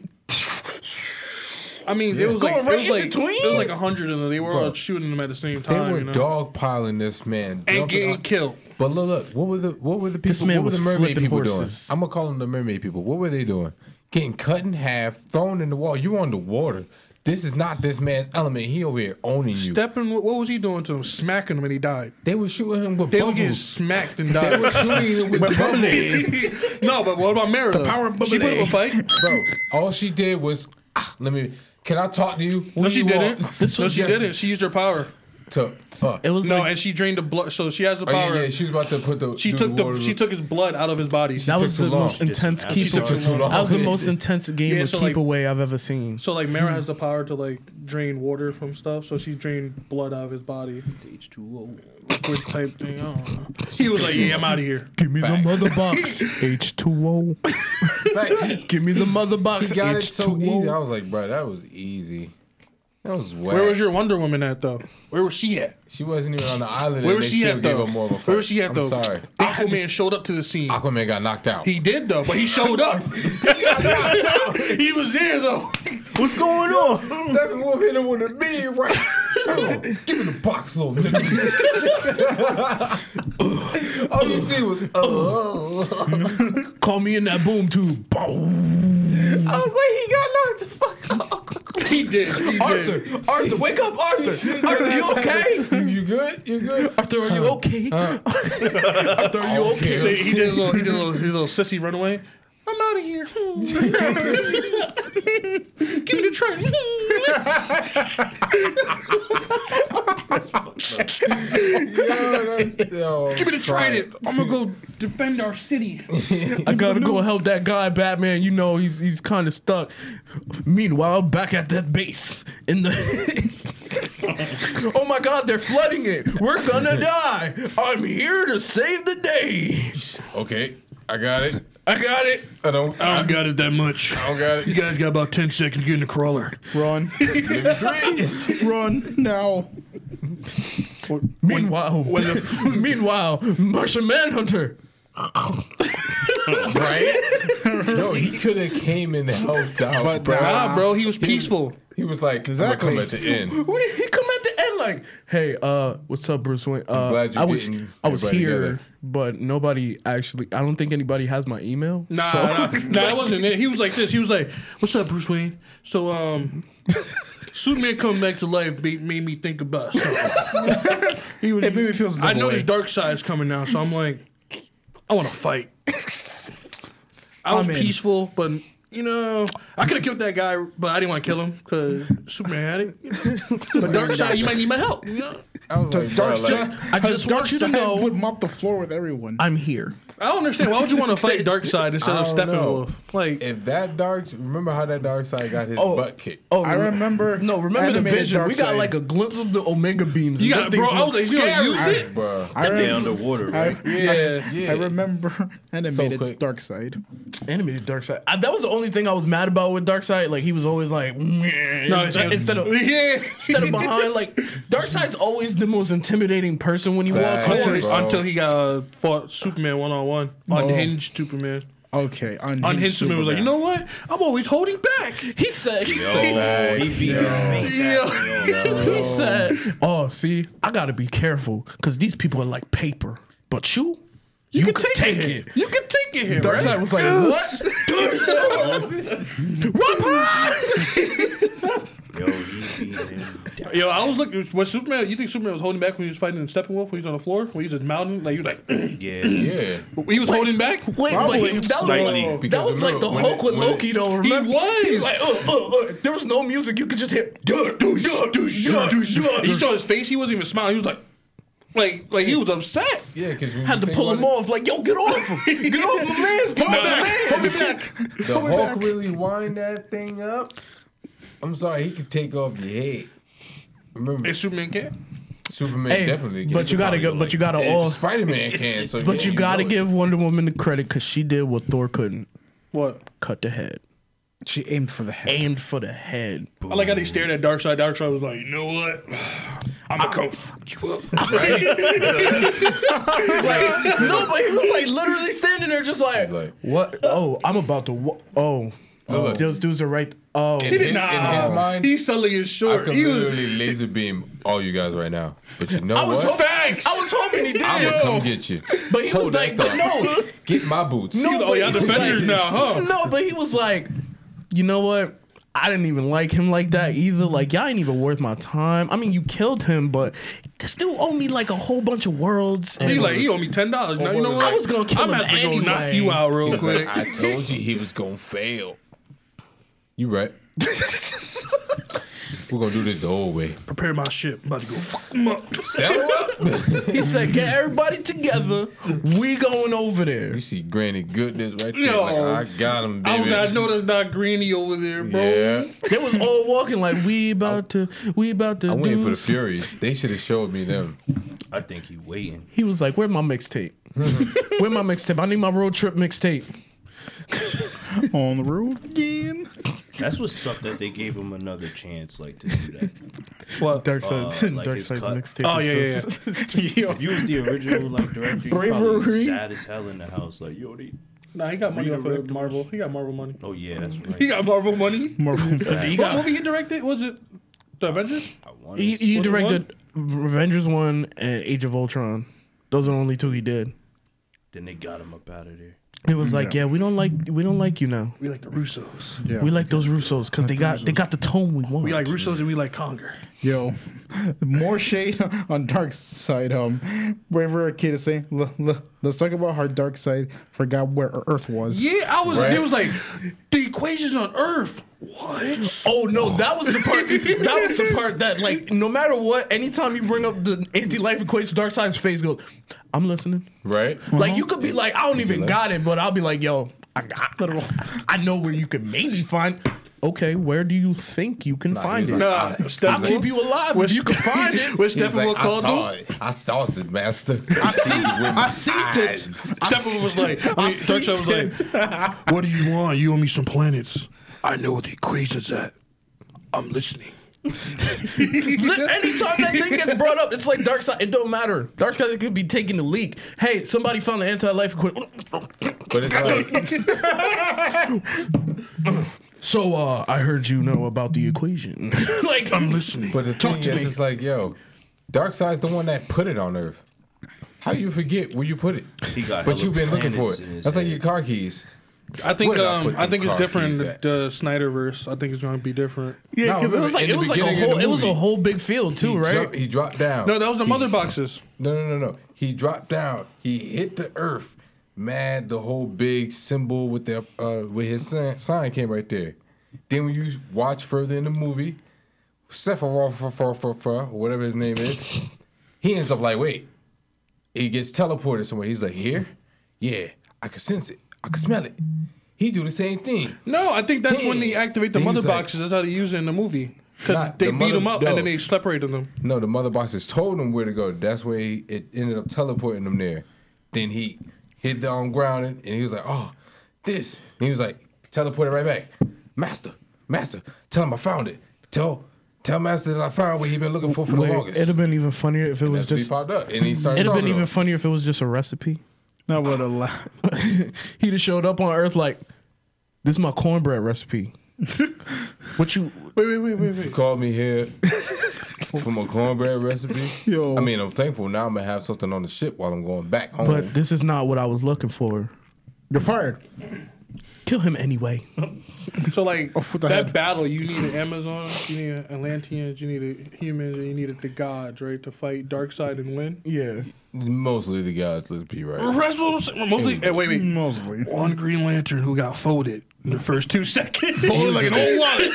I mean, it was
Going
like
right
it was
in
like
between?
it was like a hundred of them. They were all
Bruh.
shooting them at the same
They
time.
were
you know?
dogpiling this man.
and
Jumping
getting
on-
killed.
But look, look, what were the what were the people?
This man
what were
was
the mermaid
flipping
people
horses.
doing? I'm gonna call them the mermaid people. What were they doing? Getting cut in half, thrown in the wall. You on the water. This is not this man's element. He over here owning you.
Stepping, what was he doing to him? Smacking him, and he died.
they were shooting him with
They were getting
bubbles.
smacked and
They
died.
were shooting him with bubbles,
<laughs> no, but what about Mara? The
power of
she put
bubbly.
up a fight.
bro. All she did was, ah, let me. Can I talk to you? What
No,
do
she
you <laughs>
didn't.
want?"
no, she didn't. She used her power.
To, uh,
it was
No, and she drained the blood. So she has the
oh,
power.
yeah, yeah, she was about to put the.
she
do
took the
water-
she
<laughs>
took his blood out of his body.
that
took
was
too
the
long.
most
Just
intense
absolutely-
keep.
She took
too long.
That was the
<laughs>
most intense game
Yeah,
of
so,
keep
like-
away I've ever seen.
So like Mara has the power to like drain water from stuff, so she drained blood out of his body.
H2O.
Liquid type thing. I don't know. He was like, "Yeah, I'm out of here."
Give me
Facts.
the mother <laughs> box H2O.
Facts.
<laughs>
He
Give me the mother <laughs> box
got it so easy. I
H2O.
was like, bro, that was easy. That was whack.
Where was your Wonder Woman at though? Where was she at?
She wasn't even on the island.
Where
and
was
they
she
still
at
gave
though?
her more of a fight.
Where was she at
I'm
though?
Sorry,
<laughs> Aquaman showed up to the scene.
Aquaman got knocked out.
He did though, but he
<laughs>
showed up. he was there though.
What's going on?
Steppenwolf hit him with a knee right.
<laughs>
Oh, give me the box, little nigga. <laughs> All you see was, oh.
Call me in that boom tube.
I was like, he got knocked the fuck out.
He did. He
Arthur,
did.
Arthur, wake up, Arthur. Arthur, you okay?
You, you good? You good?
Arthur, are you okay?
<laughs>
Arthur, are you okay?
He, he did a little. He did a little. His little sissy runaway. I'm out of here. Give me the train.
Yo, that's, yo,
Give me the trident. I'm gonna go defend our city.
I gotta go help that guy, Batman. You know he's he's kind of stuck. Meanwhile, back at that base in the. <laughs> oh my God, they're flooding it. We're <laughs> gonna die. I'm here to save the day.
Okay, I got it.
I got it.
I don't, I
I don't got it that much.
don't got
You
it.
guys got about ten seconds to get in the crawler.
Run. Run now.
Meanwhile, <laughs> meanwhile, Martian Manhunter.
Right? Yo, he could have came and helped out,
But
bro.
Nah, bro, he was peaceful.
He was like,
Exactly.
I'm gonna come at the end.
Wait, he come at the end like, "Hey, uh, what's up, Bruce Wayne? Uh,
glad you
I was
getting
I was
everybody
here,
together."
but nobody actually. I don't think anybody has my email. <laughs>
Nah, nah, nah, that wasn't it. He was like this. He was like, "What's up, Bruce Wayne? So, um, Superman coming back to life made, made me think about something." <laughs> he was,
It made me feel some
I
type of
know
way.
this dark side's coming now, so I'm like, I want to fight. I was
I'm in.
peaceful, but you know, I could have killed that guy, but I didn't want to kill him because Superman had it. you know. But dark side, you might need my help. You know?
I was
The
like, bro,
dark
like,
side.
I just
the dark
want you to
side
know-
would mop the floor with everyone.
I'm here.
I don't understand. Why would you want to fight Darkseid instead of
I don't know.
Steppenwolf? Like,
If that dark, remember how that dark side got his butt kicked?
Oh,
I remember.
No, remember the
animated
vision. We got
Darkseid.
like a glimpse of the Omega beams.
you
and
got,
them
bro,
things
I was
look
like, you gonna
scary.
use it?
Bruh.
I
They
remember- <laughs>
underwater,
I,
right?
Yeah.
I remember <laughs> animated
quick.
Darkseid.
Animated Darkseid. I, that was the only thing I was mad about with Darkseid. Like he was always like, no,
it's-
instead, instead of
Yeah.
instead of behind. Like Darkseid's always the most intimidating person when he walks.
Facts.
in.
<laughs> Until,
Bro.
until he got uh, fought Superman one on one,
Oh.
unhinged Superman.
Okay, unhinged,
Unhinged Superman was like, you know what? I'm always holding back.
He said, he
Oh,
said,
he beat his face.
Yeah.
he said, Um, oh, see, I gotta be careful because these people are like paper, but you, you, can, take, it.
You can take it here,
Darkseid
right?
was like, <laughs> what?
Yo, he beat him. down.
Yo, I was looking. Was Superman? You think Superman was holding back when he was fighting Steppenwolf? When he was on the floor? When he was just mounting? Like <clears throat> you like he
<laughs>
Yeah.
Yeah.
was holding back?
Wait, but he, that was,
Like,
like, that
because
was like the
remember, when
Hulk
it-
with
when it-
Loki, though. Remember?
was.
was like, uh, uh, uh. There was no music. You could just hit. Duh, duh, duh, duh, duh, duh,
He
duh.
saw his face. He wasn't even smiling. He was like, like, like he was upset.
Yeah, because
Had to pull him off. Like, yo, get off <laughs> him. Get off my man's. Get off my
<laughs>
man's.
The Hulk really wind that thing up. I'm sorry, he could take off your head. Remember,
And Superman can.
Superman
Hey,
definitely.
but you gotta go- but you gotta all-
Spider Man can. So
But
yeah,
you gotta
know it.
give Wonder Woman the credit because she did what Thor couldn't.
What?
Cut the head.
she aimed for the head.
Aimed for the head.
I like how they stared at Darkseid. Darkseid was like, you know what? <sighs> I'm gonna go fuck you <laughs> up. Right?
no, but he was like literally standing there, just like,
Like-
what? Oh, I'm about to. Wa- oh, oh,
look.
those dudes are right. Oh,
In his, in
Nah.
his mind,
He's selling his
I
short.
could
He <laughs> was,
literally laser beam all you guys right now. But you know
I was
what?
hoping. I was hoping he did.
I'm gonna come get you.
But he was
Hold
like,
that
but
thought.
no,
Get my boots.
no.
<laughs> Oh,
but
y'all
he was like-
defenders now, huh?
No, but he was like, you know what? I didn't even like him like that either. Like y'all ain't even worth my time. I mean, you killed him, but this still owe me like a whole bunch of worlds. And
he like, he owe me ten dollars. Now you know what?
I was gonna kill
I'm
him
gonna have to go
anyway.
knock you out real quick.
I told you he was gonna fail.
<laughs>
You right. We're gonna do this the old way.
Prepare my shit. I'm about to go fuck him up.
Settle
<laughs>
up.
he said, get everybody together. We going over there.
You see Granny Goodness right there.
Yo.
Like, I got him,
I was
baby.
like, I know that's not greeny over there, bro.
Yeah.
They was all walking like we about to, we about to
I'm
do.
waiting for the
some-"
Furies. They should have showed me them.
I think he waiting.
He was like, "Where my
<laughs>
mixtape? Where my mixtape? I need my road trip mixtape."
On
<laughs>
the roof again.
That's what sucked that they gave him another chance, like to do that.
What?
Dark <laughs> Side's
Uh, like
Dark
his
Side's
cut.
mixtape.
Oh
is
yeah,
just-
yeah, yeah.
If you was the original like director, you probably
Bravery.
was sad as hell in the house. Like, yo, they,
Nah, he got money off of
Redirect
Marvel. He got Marvel money.
oh yeah, that's right.
He got Marvel money.
Marvel.
Back.
What movie he directed? Was it The Avengers?
I wanna
He,
see-
he directed Avengers One and Age of Ultron. Those are the only two he did.
Then they got him up out of there.
It was like, yeah, we don't like we don't like you now.
We like the Russos.
Yeah.
We like those Russos because they got they got the tone we want.
We like Russos and we like Conger.
Yo, more shade on Dark Side. Um, wherever a kid is saying, "L- l- let's talk about how Dark Side forgot where Earth was.
Yeah, I was.
Right.
It was like the equations on Earth. What?
Oh no, that was the part. that was the part that, like, no matter what, anytime you bring up the anti-life equation, Dark Side's face goes, "I'm listening."
Right?
Like, you could be like, "I don't even
Anti-life.
got it," but I'll be like, "Yo, I, I, I know where you can maybe find." Okay, where do you think you can find
he's
it?
like,
Nah,
I-
I'll
Stephen.
keep you alive if you can find <laughs> it.
Where
He was
Stephen
like,
like,
I
called
saw
him.
it. I saw it, master. I see it. with my
I seen it.
eyes.
Stephen was like, I mean, Dark Side was like, <laughs> "What do you want? You owe me some planets. I know where the equations at. I'm listening."
<laughs> Li- Anytime that thing gets brought up, it's like dark side. It don't matter. Dark side could be taking the leak. Hey, somebody found the anti-life equation.
<laughs> But it's like,
So uh, I heard you know about the equation. <laughs> like I'm listening.
but the thing is, it's like, yo, Darkseid's the one that put it on Earth. How you forget where you put it?
He got
But you've been
hella
looking for
planets in
it.
his
That's like
head.
your car keys.
I think
Where did I
um,
put
I
them
think it's
car
different.
keys
The
at?
the Snyderverse. I think it's going to be different.
yeah, because
No,
it was like
in
it
the
was like a
beginning of the
whole it was a
movie,
whole big field too,
he
right?
Jumped, he dropped down.
No, that was the
He-
mother boxes.
No, no, no, no. He dropped down. He hit the earth. Mad, the whole big symbol with the uh, with his sign, sign came right there. Then when you watch further in the movie, Sephiroth, for- for- for- for, or whatever his name is, he ends up like, wait. He gets teleported somewhere. He's like, here? Yeah, I can sense it. I can smell it. He do the same thing.
No, I think that's when they
Yeah.
activate the
They
mother
use, like-
boxes. That's how they use it in the movie. Cause
Not
they
the
beat
mother-
them up and
no.
then they separated them.
No, the mother boxes told him where to go. That's where he, it ended up teleporting him there. Then he hit the um, ground and, and he was like, "Oh, this." And he was like, teleported right back. Master, master, tell him I found it. Tell, tell master that I found what he been looking for for
Wait,
the longest.
it'd have been even funnier if it was
That's when he
just.
popped up and he started
It'd have
talking.
been even
to him.
funnier if it was just a recipe.
That would have laughed.
<laughs> He'd have showed up on Earth like, "This is my cornbread <laughs> recipe." what you?
Wait, wait, wait, wait,
You
wait.
called
<laughs>
me here from a cornbread recipe.
Yo.
I mean, I'm thankful now. I'm gonna have something on the ship while I'm going back home.
But this is not what I was looking for.
You're fired.
Kill him anyway.
So like
Off with Oh, the
that
head.
battle, you need an Amazon, you need an Atlanteans, you needed humans, and you needed the gods, right, to fight Darkseid and win.
Yeah.
Mostly the guys. Let's be right.
Mostly, hey, wait, wait.
Mostly.
One Green Lantern who got folded in the first two <laughs> seconds.
Folded like an old
wallet.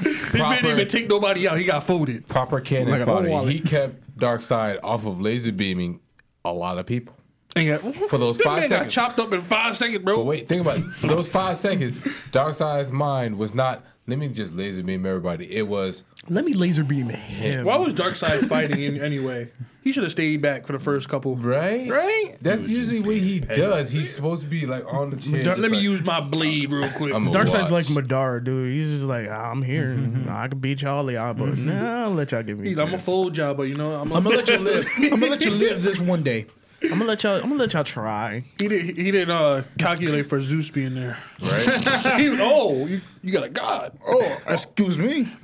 <laughs>
he didn't
Proper-
even take nobody out. He got folded.
proper cannon
an old
fodder.
wallet.
He kept Darkseid off of laser beaming a lot of people.
And
For those
that
five
man
seconds.
got chopped up in five seconds,
But
bro.
wait, think
<laughs>
about it. those five seconds. Darkseid's mind was not. Let me just laser beam everybody. It was
Let me laser beam him.
Why was Darkseid fighting in anyway? He should have stayed back for the first couple.
right,
Right?
That's usually what he does. He's supposed to be like on the chair.
Let
just
me
like,
use my blade real quick.
I'ma
Darkseid's
watch.
like Madara, dude. He's just like, I'm here.
Mm-hmm.
I can beat y'all, y'all, but nah, I'll let y'all give me.
I'm a fold job, but you know, I'm a,
I'm gonna let you live. I'm gonna let you live this one day.
I'm gonna let y'all. I'm gonna let y'all try.
he didn't he didn't uh, calculate for Zeus being there.
right.
<laughs> he, oh, you, you got a god.
Oh, excuse me.
<laughs>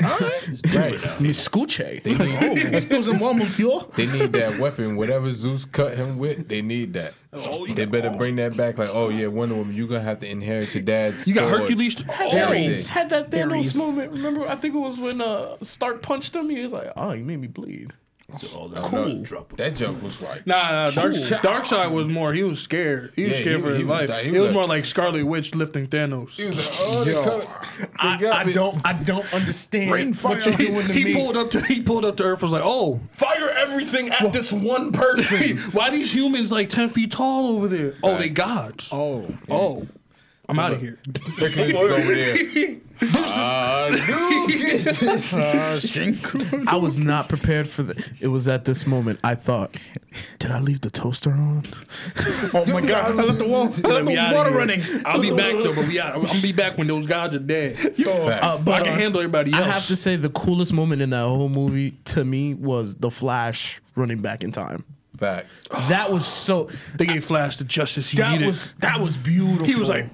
Miscuche.
Oh, excuse me, monsieur.
They need that weapon, whatever Zeus cut him with. They need that.
Oh, you
They
got-
better bring that back. Like, oh yeah, Wonder Woman, you gonna have to inherit your dad's.
You got
sword.
Hercules.
Everything.
Oh,
Had that Thanos
Ares.
moment. Remember, I think it was when uh, Stark punched him. He was like, "Oh, you made me bleed."
all
I
that
know.
cool. drop
That jump was like
Nah, nah Dark, Darkseid was more. He was scared. He was
Yeah,
scared
he-
for his
he was
life.
di- he
it
was
was
like-
more like Scarlet Witch lifting Thanos.
He was like, <laughs> oh, they cut it. They got me.
I don't understand
fire.
he, he pulled up to he pulled up to Earth. Was like, oh,
Fire everything at this one person.
<laughs> why these humans like ten feet tall over there? Oh, they gods.
Oh,
oh, I'm out
<laughs>
of here.
Hercules is over there.
I was not prepared for that. It was at this moment I thought, "Did I leave the toaster on?"
oh my God! I left the wall. I left
We
the
outta
water
here.
running.
I'll be back though, but we out. I'm gonna be back when those gods are dead.
Uh,
I
but,
can
uh,
handle everybody
I
else.
have to say the coolest moment in that whole movie to me was the Flash running back in time.
Facts.
That was so.
They gave Flash the justice he
That
needed.
was that was beautiful.
He was like-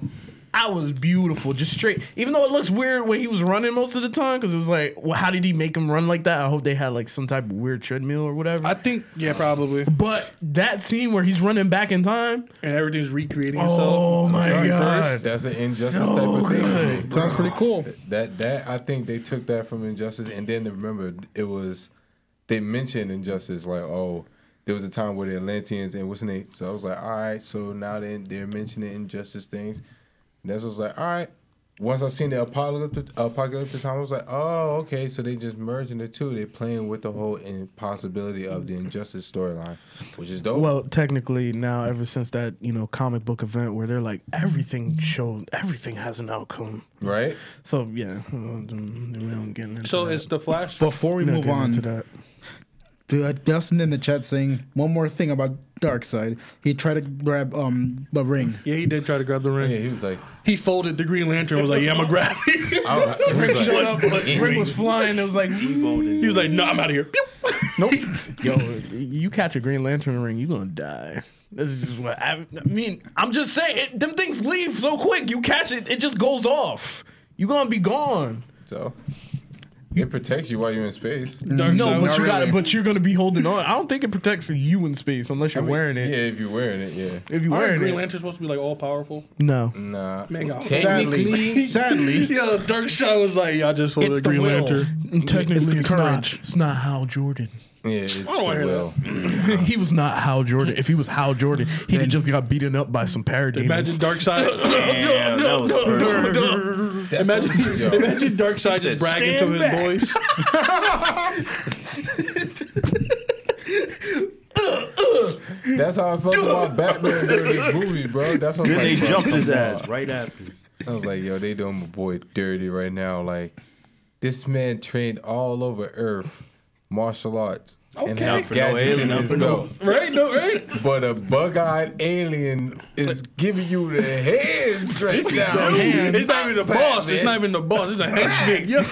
"I was beautiful, just straight." Even though it looks weird when he was running most of the time, because it was like, "Well, how did he make him run like that?" I hope they had like some type of weird treadmill or whatever.
I think, yeah, probably.
but that scene where he's running back in time,
And everything's recreating itself.
oh my
Sorry,
god,
Chris, That's an injustice
So
type of thing.
good.
Sounds pretty cool.
That that I think they took that from injustice, and then remember it was they mentioned injustice like oh. There was a time where the Atlanteans and what's the name? So I was like, all right. So now they they're mentioning injustice things. And that's what I was like, all right. Once I seen the apocalyptic apocalyptic time, I was like, oh, okay. So they just merging the two. They playing with the whole impossibility of the injustice storyline, which is dope.
Well, technically now, ever since that you know comic book event where they're like everything showed everything has an outcome.
right?
So yeah, we don't get into
So
that.
it's the Flash.
Before we
We're not
move
getting
on,
into that.
Dude, uh, Dustin in the chat saying one more thing about Darkseid. He tried to grab um the ring.
Yeah, he did try to grab the ring.
Yeah, he was like,
He folded the Green Lantern. and Was like, yeah, I'm gonna grab. it.
I don't, <laughs> he was like,
Rick was flying. It was <laughs> like,
<laughs> he was like, no, I'm out of here. Pew.
yo, you catch a Green Lantern ring, you gonna die. This is just what I, I mean. I'm just saying, it, them things leave so quick. You catch it, it just goes off. You gonna be gone.
So it protects you while you're in space.
Dark
No,
Side.
but you
really.
got. But you're gonna be holding on. I don't think it protects you in space unless you're wearing
Yeah,
it.
if you're wearing it, yeah.
If you're
Aren't
wearing
Green
it,
Lantern supposed to be like all powerful?
no.
Nah.
Man,
<laughs>
God.
Sadly, <laughs> sadly,
<laughs> Yo, Dark Side was like, y'all just folded
It's
the
the
Green
will.
Lantern.
Technically,
It's the
it's, not.
courage.
It's not Hal Jordan.
Yeah, it's
don't wanna
the
hear
<laughs>
will.
he was not Hal Jordan. If he was Hal Jordan, he'd have just got beaten up by some parademons.
Imagine Dark <laughs>
<laughs>
Side.
Damn, that was perfect.
That's
imagine,
what- <laughs> yo,
imagine Dark Side
Said,
just bragging to
"Stand
his
back."
boys.
That's how I felt about Batman during this movie, bro. That's what I
Then they
was like, bro,
jumped his
come on.
ass right after.
I was like, yo, they doing my boy dirty right now. Like, this man trained all over Earth martial arts and
Okay.
has
no
gadgets
alien,
in
not
his
for no-
belt.
<laughs> Right? No, right?
But a bug-eyed alien is giving you the head straight
Oh,
down.
It's not even the boss. It's
Batman.
not even the boss. It's a <laughs> henchman. Yo,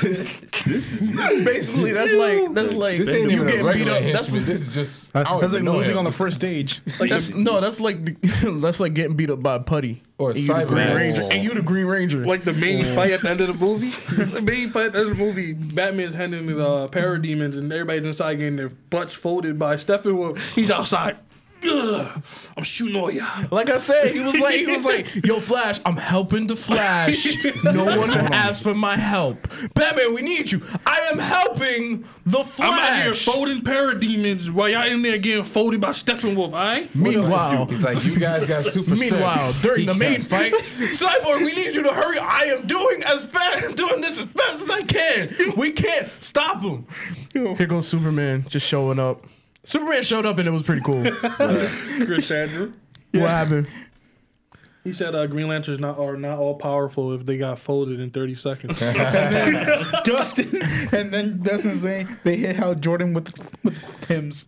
Basically, that's like that's like
This ain't
you
even a
getting beat
regular
up. That's,
henchman. This is just I
That-
don't
That's like
even know
losing
him.
on the first stage.
that's no, that's like the- <laughs> that's like getting beat up by a putty
Or a
and you the Green
Cyborg.
Ranger, and you the Green Ranger.
like the main fight at the end of the <laughs> movie. the main fight at the end of the movie, Batman's handing the uh, parademons and everybody's inside getting their butts folded by Steppenwolf. He's outside. Ugh, I'm shooting all y'all.
Like I said, he was like, he was like,
<laughs>
yo, Flash, I'm helping the Flash. No one asked for my help. Batman, we need you. I am helping the
I'm out here
Flash.
folding parademons while y'all in there getting folded by Steppenwolf, alright?
Meanwhile,
He's like, you guys got super strength.
meanwhile, during the main fight, Cyborg, we need you to hurry. I am doing as fast, <laughs> doing this as fast as I can. We can't stop him. Here goes Superman, just showing up. Superman showed up and it was pretty cool.
Chris Andrew.
What happened?
He said uh, Green Lanterns not, are not all powerful if they got folded in 30 <laughs> seconds.
Justin, and then Justin saying they hit how Jordan with with <laughs> Tim's.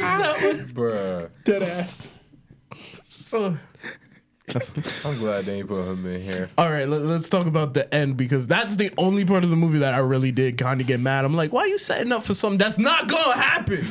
Bruh.
Dead ass.
I'm glad they ain't put him in here.
All right, let, us talk about the end because that's the only part of the movie that I really did kind of get mad. I'm like, why are you setting up for something that's not gonna happen?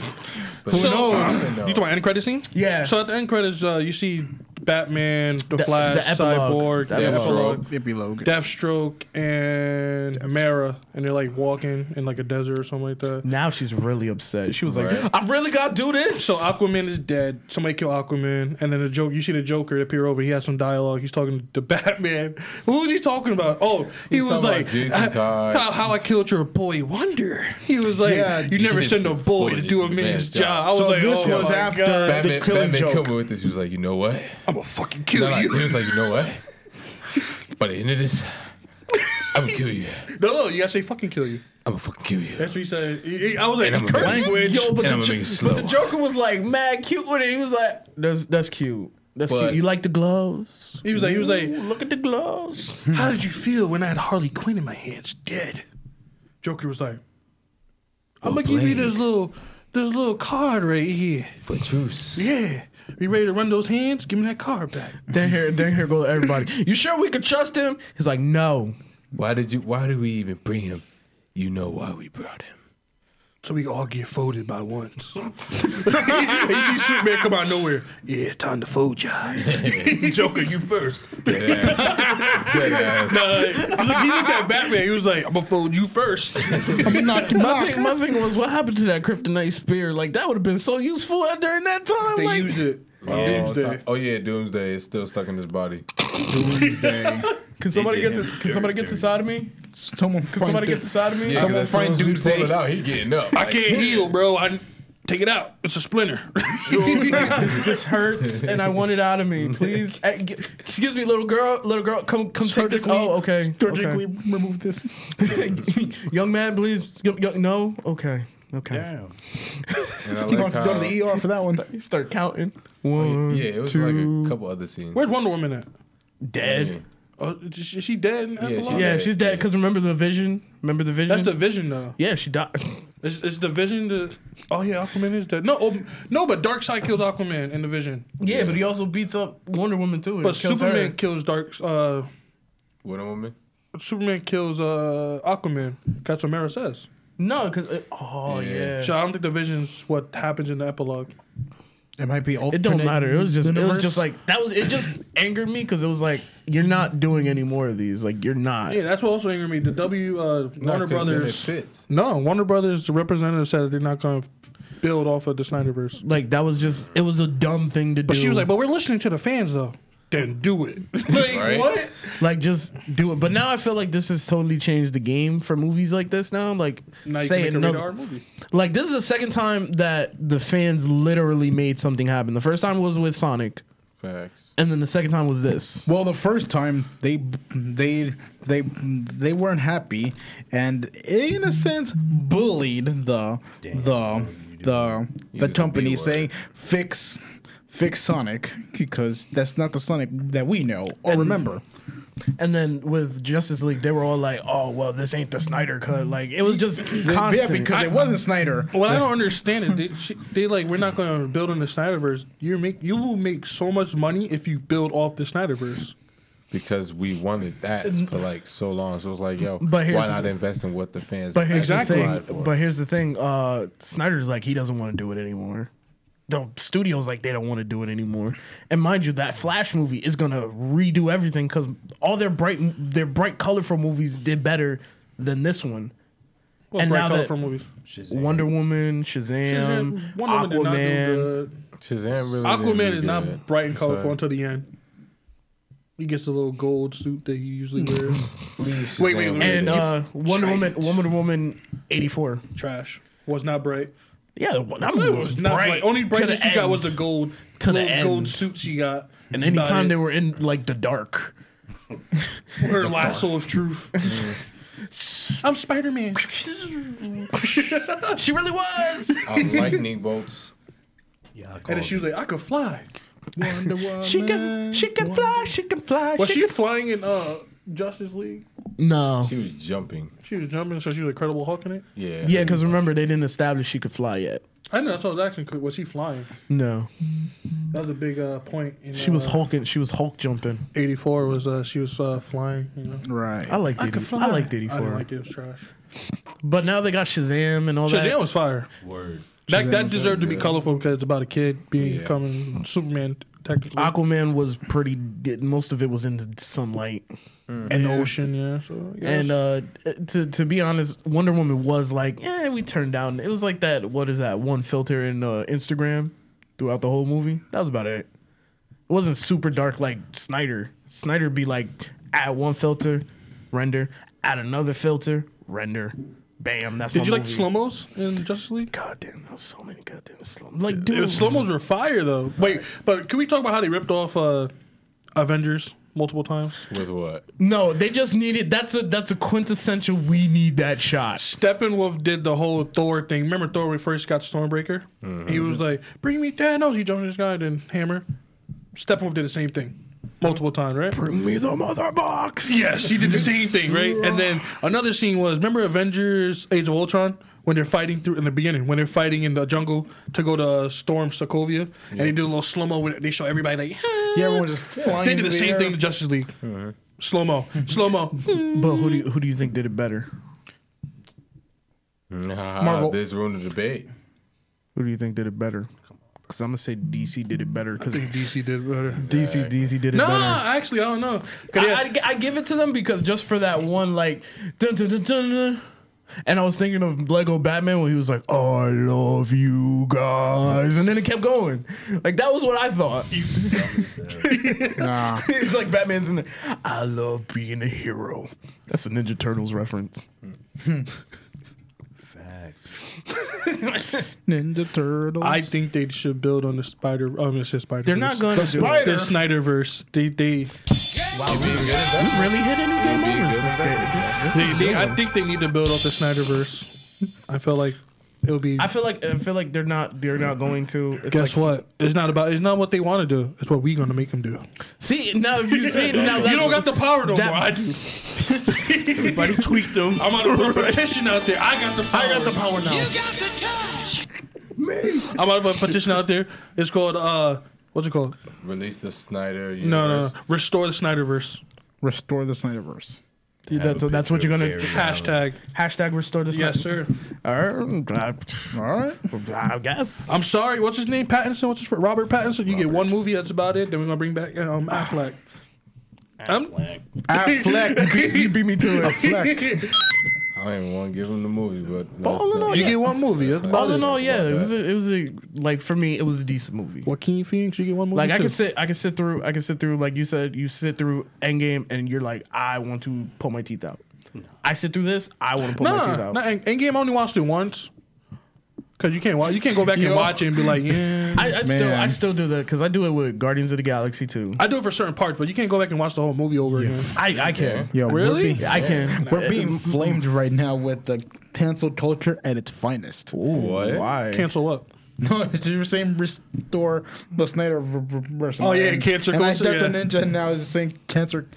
But Who
knows? You talking about end credit scene?
Yeah.
So at the end credits, uh, you see Batman, The,
The-
Flash,
the epilogue.
Cyborg,
The
the
epilogue.
epilogue,
Epilogue.
Deathstroke, and Mara, and they're like walking in like a desert or something like that.
Now she's really upset. She was like,
Right.
I really gotta do this.
So Aquaman is dead. Somebody kill Aquaman, and then the joke. You see the Joker appear over. He has some dialogue. He's talking to <laughs> Batman. Who was he talking about? Oh, he
He's
was
talking about
like,
Jason
"I-
Todd."
how, "How I killed your boy Wonder." He was like,
Yeah,
"You never
Jason
send a boy to
Todd
do a
is the
man's
man's
job."
job.
I was
So
like,
this
"Oh
was
my
after
God."
Batman,
killing
Batman
joke.
killed me with this. He was like, you know what?
Oh,
I'm gonna fucking kill
No, no,
you."
he was like, you know what? By the end of this, I'm gonna kill you.
<laughs> No, no, you gotta say "fucking kill you."
I'm gonna fucking kill you.
That's what he said. He- he- I was like,
And I'm
"Curse
amazing.
language."
Yo, but
And
the,
I'ma make it
jo-
slow.
but the Joker was like mad cute with it. He was like, that's that's cute. That's
But-
cute. You like the gloves?
He was like, he was like,
Ooh, look at the gloves.
"How did you feel when I had Harley Quinn in my hands, dead?" Joker was like, "I'm gonna give you
played.
this little, this little card right here."
For truce.
Yeah. You ready to run those hands? Give me that card back.
Then here, then here goes everybody. You sure we could trust him? He's like, no.
Why did you? Why did we even bring him? You know why we brought him.
So we all get folded by ones. you see Superman come out of nowhere. Yeah, time to fold y'all. Joker, you first.
Dead ass. Dead ass.
he looked at Batman. He was like, I'm going to fold you first.
My thing, my thing was, what happened to that kryptonite spear? Like that would have been so useful at- during that time.
they
like,
used it.
Oh,
Doomsday.
ti- oh yeah, Doomsday is still stuck in his body.
can somebody
did
get the,
him
Can somebody get
dirty,
this out of me?
Someone
Can somebody get this out of me?
Yeah, 'cause
Someone
as soon
find
as we
Doomsday.
pull it out, he getting up.
I can't heal, bro. I Take it out. It's a splinter.
this, <laughs> this hurts and I want it out of me. Please, Eh, g- excuse me, little girl, little girl, come come take this.
Surgically-
Oh, okay.
Surgically remove this.
okay. <laughs> young man, please. Young, young, no, okay, okay.
And I
You're
like
going to go to the
how,
ER for that one.
You start counting. One,
yeah, it was like a couple other scenes.
Where's Wonder Woman at?
Yeah.
dead.
Oh, is she is she dead? In
she
Epilogue?
dead.
Yeah, she's dead. Cause remember the vision. Remember the vision.
That's the vision, though.
yeah, she died. <laughs>
Is, is the Vision the? Oh yeah, Aquaman is dead. No, oh, no, but Darkseid kills Aquaman in the Vision,
Yeah, but he also beats up Wonder Woman too. and
but
kills her.
Superman kills Dark. Uh,
What a woman.
Superman kills uh, Aquaman. That's what Mara says.
No, cause it, oh
Yeah.
yeah.
So I don't think the Vision's what happens in the epilogue.
It might be alternate.
It don't matter. It was just it was
universe.
just like that was it just <laughs> angered me because it was like you're not doing any more of these. Like you're not.
Yeah, that's what also angered me. The W uh, Warner
'cause then it
Brothers.
fits.
No, Warner Brothers representative said that they're not going to build off of the Snyderverse.
Like that was just it was a dumb thing to do.
But she was like, "But we're listening to the fans though." Then do it. <laughs> like
Right.
what?
like just do it. But now I feel like this has totally changed the game for movies like this. Now, like
Now you
say
can make a
another
rated R movie.
like this is the second time that the fans literally made something happen. The first time was with Sonic.
Facts.
And then the second time was this.
Well, the first time they they they they weren't happy, and in a sense bullied the the the the company, saying fix fix Sonic because that's not the Sonic that we know or remember.
And then with Justice League, they were all like, "Oh, well, this ain't the Snyder cut." Like it was just constant.
Yeah, because it wasn't Snyder.
What I don't understand is they, she- they like we're not going to build on the Snyderverse. You make you will make so much money if you build off the Snyderverse.
Because we wanted that for like so long. So it was like, yo,
But here's
why not
the-
invest in what the fans
But here's
actually
the
applied
thing.
for?
But here's the thing. Uh, Snyder's like he doesn't want to do it anymore. The studio's like they don't want to do it anymore. And mind you, that Flash movie is gonna redo everything because all their bright, their bright, colorful movies did better than this one.
Well,
And
bright
now
colorful
that-
movies.
Wonder Woman, Shazam,
Wonder Woman did not do
Aquaman.
good.
Shazam really didn't
Aquaman
do
is not
good.
bright and colorful
So-
until the end. He gets the little gold suit that he <laughs> usually wears.
Wait, wait, wait.
And uh, Wonder Woman, Wonder Woman, eighty four.
Trash. Was not bright.
Yeah, the one- that movie was
Was not bright.
bright.
Only
to
brightness
the
she got
end.
was the gold
To the
little gold
end.
suit she got.
And
About
anytime
it.
they were in like the dark,
her lasso of truth. I'm Spider Man.
she really
<laughs>
was.
Uh, lightning bolts.
Yeah, I
And
called
then she was like, I could fly.
she can, she can fly, she can fly.
Was she flying in uh Justice League?
can- no.
She was jumping.
She was jumping, so she was incredible Hulk in it.
Yeah.
Yeah, because remember they didn't establish she could fly yet.
I know that's what I was asking. Was she flying?
No,
That was a big uh, point. In,
she was
uh,
hulking. She was Hulk jumping.
84 was uh, she was uh, flying. You know,
Right.
I liked it. I liked eighty
I didn't
four.
like it. It was trash.
But now they got Shazam and all that.
Shazam was fire.
word.
That that deserved to be colorful because it's about a kid being
Yeah.
becoming Superman technically.
Aquaman was pretty. good. Most of it was in the sunlight.
and the ocean, yeah. So I guess.
And uh, to to be honest, Wonder Woman was like, eh, we turned down. It was like that. What is that one filter in uh, Instagram throughout the whole movie? That was about it. It wasn't super dark like Snyder. Snyder be like, add one filter, render. Add another filter, render. Bam. That's
did
my
you like
movie.
slow mos in Justice League?
God damn, there was so many goddamn slow. Like,
Dude,
dude,
slow mos were fire though. Wait, but can we talk about how they ripped off uh, Avengers multiple times?
With what?
No, they just needed. That's a that's a quintessential. We need that shot.
Steppenwolf did the whole Thor thing. Remember Thor when he first got Stormbreaker? He was like, "Bring me Thanos." He jumped on this guy, then hammer. Steppenwolf did the same thing multiple times, right?
Bring me the mother box.
Yes, he did the same thing, right? And then another scene was remember Avengers: Age of Ultron when they're fighting through in the beginning when they're fighting in the jungle to go to Storm Sokovia, and they did a little slow mo. They show everybody like, "Ah."
yeah, everyone just flying.
they did the
into
same
air.
thing to Justice League. Slow <laughs> mo, slow mo.
But who do you, who do you think did it better?
Nah,
Marvel.
This room to debate.
Who do you think did it better? Because I'm gonna say DC did it better. Because DC
DC did better.
DC did it
Nah,
better.
actually, I don't know. 'Cause
I,
yeah,
I, I give it to them because just for that one, like, dun, dun, dun, dun, dun. and I was thinking of Lego Batman when he was like, "I love you guys," and then it kept going. Like that was what I thought. <laughs>
Nah.
It's like Batman's in there. I love being a hero. That's a Ninja Turtles reference. <laughs>
Ninja Turtles.
I think they should build on the Spider. Oh, I'm gonna say Spider.
They're not going to do
The
it.
Snyderverse. They they
We really hit any game overs this game.
They, they, I think they need to build up the Snyderverse. I feel like it'll be.
I feel like I feel like they're not they're not going to. It's
guess
like-
what? It's not about. It's not what they want to do. It's what we're gonna make them do.
See now if <laughs> you see now that's,
You don't got the power no
that-
more. I do. <laughs>
Everybody tweaked them.
I'm gonna put a petition out there. I got the. Power.
I got the power now.
I'm gonna put a petition out there. It's called. uh What's it called?
Release the Snyder.
No, no,
universe.
no. Restore the Snyderverse.
Restore the Snyderverse.
See, that's
Have a
that's what you're gonna
picture of
Hashtag.
hashtag restore this.
Yes, sir.
I,
All right.
I guess.
I'm sorry. What's his name? Pattinson. What's his fr- Robert Pattinson? You get one movie. That's about it. Then we're gonna bring back um, Affleck. I'm-
Affleck.
<laughs>
Affleck.
Beat- you beat me to it.
Affleck.
I didn't want to give him the movie, but no,
But all
it's
in
not.
all,
You
yeah.
get one movie. That's about
All in
it.
all, yeah, it was a, it was a, like for me, it was a decent movie.
Joaquin Phoenix. You get one movie.
Like I
too.
could sit, I could sit through, I could sit through. Like you said, you sit through Endgame, and you're like, I want to pull my teeth out. I sit through this, I want to pull my teeth
Nah,
out.
nah End- Endgame I only watched it once. Cause you can't watch. You can't go back and
Yo.
watch it and be like,
<laughs>
yeah.
I, I still
Man.
I still do that because I do it with Guardians of the Galaxy too.
I do it for certain parts, but you can't go back and watch the whole movie over again.
I I can.
Yo,
Really?
We're, be-
I can.
we're being flamed right now with the cancel culture at its finest.
What?
Why?
Cancel up.
<laughs> No, you were saying restore the Snyder v- v- verse.
Oh, yeah,
and,
cancer
and
culture,
I Death
yeah.
the Ninja and now is saying cancer,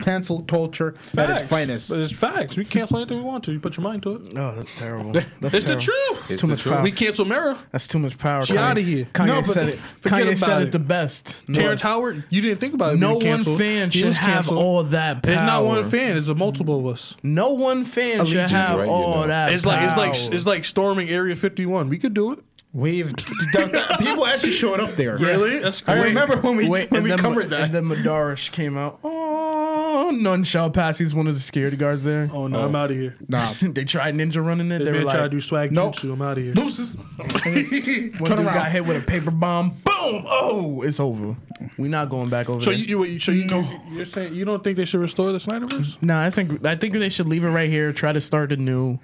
cancel culture at its finest.
But it's facts. We can cancel anything we want to. You put your mind to it.
No, Oh, that's terrible. That's
It's the
terrible.
truth.
It's too much power.
We cancel Mirror.
That's too much power.
She
Kanye-
outta here.
Kanye
No, but
said it.
forget
Kanye said
about
it.
it.
the best. No,
Terrence Howard. You didn't think about it.
no
being
one
canceled.
fan
He
should
was
have
canceled.
all that power.
It's not one fan. It's a multiple of us.
No one fan should
Allegiance,
have
right, you
all
know.
that.
It's like it's
power.
like it's like storming Area 51. We could do it.
We've people actually showed up there.
Really? That's
I
great.
remember when we
Wait,
when
and
we
then,
covered that.
And then Madarish came out. Oh, none shall pass. He's one of the security guards there.
Oh no, I'm out of here.
nah,
<laughs> they tried ninja running it.
They
They were
man
like,
try to do swag
nope.
jutsu. I'm out of here.
deuces.
<laughs> one
Turn
dude
around.
got hit with a paper bomb. Boom! Oh, it's over. We're not going back over
So
there.
you, you wait, so you, you're saying you don't think they should restore the Snyderverse?
No, I think I think they should leave it right here. Try to start a new,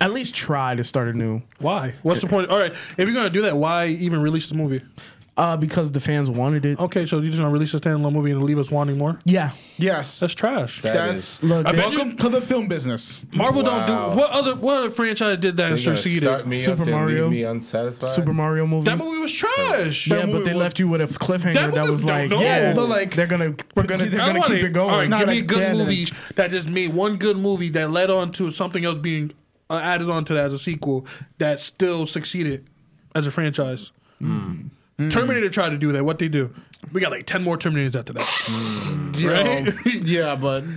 at least try to start a new.
Why? What's the point? All right, if you're gonna do that, why even release the movie?
Uh, because the fans wanted it.
Okay, so you're just gonna release a standalone movie and leave us wanting more?
Yeah,
Yes,
That's trash.
that's
That is-
look,
Avengers-
welcome to the
<laughs>
film business.
Marvel don't
Wow.
do what other what other franchise did that and
They gonna
succeeded?
start me
Super
up there and leave
Mario.
me unsatisfied.
Super Mario movie.
That movie was trash.
yeah,
movie
but they
was-
left you with a cliffhanger
That
that,
movie-
was
no,
like,
no.
yeah,
But, like,
they're gonna we're gonna they're
I
gonna
want
keep it going.
All right,
Not
give me
like
a good
that,
movie
like-
that just made one good movie that led on to something else being uh, added onto that as a sequel that still succeeded as a franchise.
Hmm.
Hmm. Terminator tried to do that. What they do? We got like ten more Terminators after that, right?
yeah, but Hmm.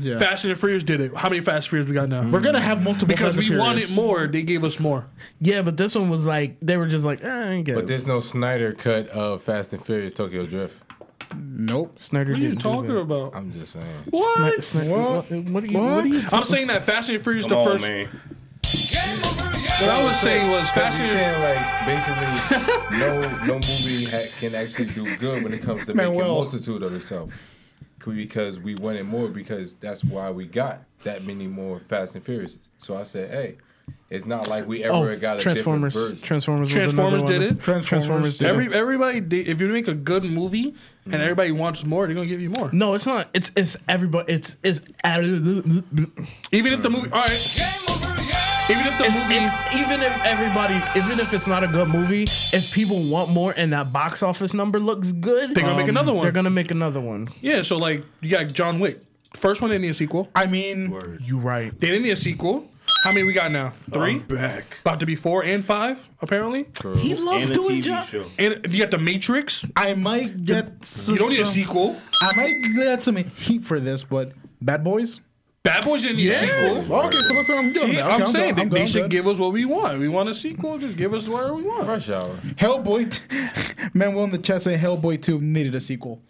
yeah,
Fast and the Furious did it. How many Fast and Furious we got now?
we're gonna have multiple
because
Fast and
we wanted
Furious.
more, they gave us more.
Yeah, but this one was like they were just like, eh, I guess.
But there's no Snyder cut of Fast and Furious Tokyo Drift.
Nope.
Snyder
What are you talking about?
I'm just saying.
What?
What? What are you? What? are you
I'm saying that Fast and the Furious the
Come on,
first.
man.
What I was saying was
That's
Fast
you
and
saying like basically no no movie ha- can actually do good when it comes to making
Manuel.
multitude of itself. C- Because we wanted more because that's why we got that many more Fast and Furious. So I said, hey, it's not like we ever
oh,
got a
Transformers.
different version.
Transformers. was
Transformers
another
did
one.
it.
Transformers did it.
Every everybody, they, if you make a good movie and
Mm-hmm.
everybody wants more, they're gonna give you more.
No, it's not. It's it's everybody. It's it's
Even if the movie, all right. Even if the
It's,
movie,
it's, even if everybody, even if it's not a good movie, if people want more and that box office number looks good, um,
They're gonna make another one.
They're gonna make another one.
yeah. So like, you got John Wick. First one didn't need a sequel.
I mean,
You right?
They didn't need a sequel. How many we got now? 3
Um,
back. About to be four and five apparently.
He loves
And a
doing
TV
jobs.
show.
And you got the Matrix.
I might get some,
You don't need a sequel.
I might get some heat for this, but Bad Boys.
Bad Boys didn't need a sequel.
Okay, so listen, I'm doing
See,
that.
I'm,
Okay,
saying
good,
they,
I'm
they
good,
should
I'm
give us what we want. We want a sequel, just give us whatever we want.
Rush Hour.
good. Hellboy. T- <laughs> Manuel in the chat said Hellboy two needed a sequel.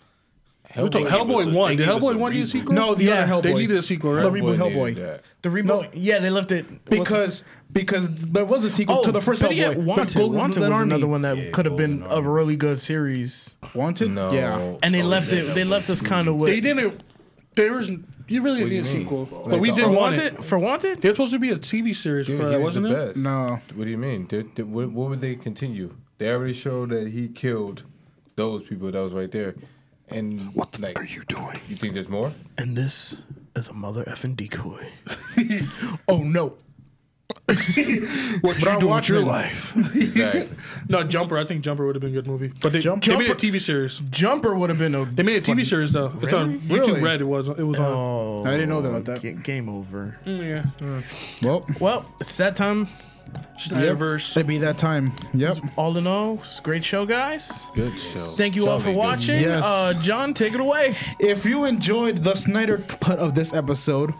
We're talking
gave us a-
Hellboy one.
they
Did
gave us
Hellboy
a
one need a
reboot.
sequel?
No, the
Yeah,
other Hellboy.
they needed a sequel, right?
The reboot
Boy
Hellboy.
needed that.
The reboot. Yeah, they left it
Because because there was a sequel
Oh,
to the first
better
Hellboy.
yet,
The
Wanted.
Golden
Wanted was
Army.
another one that could have been a really good series,
Wanted.
No.
Yeah.
and
Oh,
they left it. They left us kind of with.
They didn't. There was. You really didn't need a
you mean?
sequel,
Like uh,
but we
the
did
art-
want it.
Wanted for Wanted.
There's supposed to be a TV series
Dude,
for
he
that,
was
wasn't
the
it?
best.
No.
What do you mean? Did, did, what, what would they continue? They already showed that he killed those people that was right there. And what the like, are you doing? You think there's more?
And this is a mother effing
<laughs>
decoy. oh no!
What you do with your life?
Exactly.
<laughs> No, Jumper. I think Jumper would have been a good movie, but they,
Jump-
they made a
Jumper-
TV series.
Jumper would have been a.
They made a TV series though. It's on YouTube
Really?
Red. It was. It was on.
Oh,
I didn't know about that.
ga- Game over.
Oh.
Yeah.
Well,
Well, it's that time.
Snyderverse.
it'd be that time. Yep.
All in all, it's a great show, guys.
Good show.
Thank you all for
Charlie, good
watching.
Yes.
Uh, John, take it away.
If you enjoyed the Snyder cut of this episode,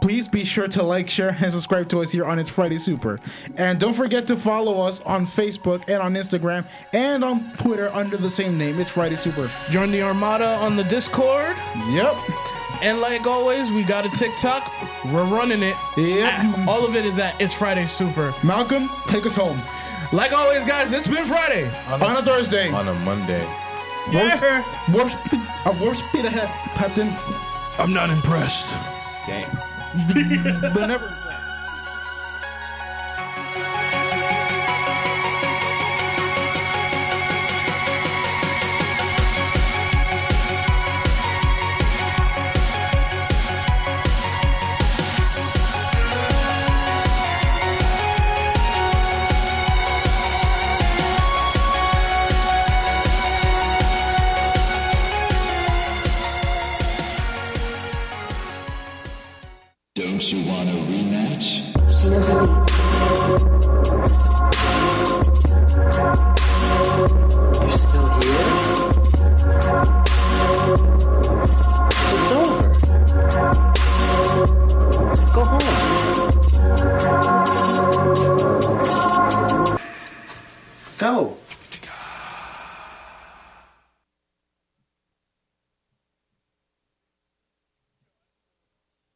please be sure to like, share, and subscribe to us here on It's Friday Super. And don't forget to follow us on Facebook and on Instagram and on Twitter under the same name. It's Friday Super.
Join the Armada on the Discord.
Yep.
And like always, we got a TikTok. We're running it.
Yep.
At- All of it is at It's Friday Super.
Malcolm, take us home.
Like always, guys, it's been Friday.
On a Thursday.
On a Monday.
Yeah.
Warp speed, a warp speed ahead, Captain.
I'm not impressed.
Damn.
But never.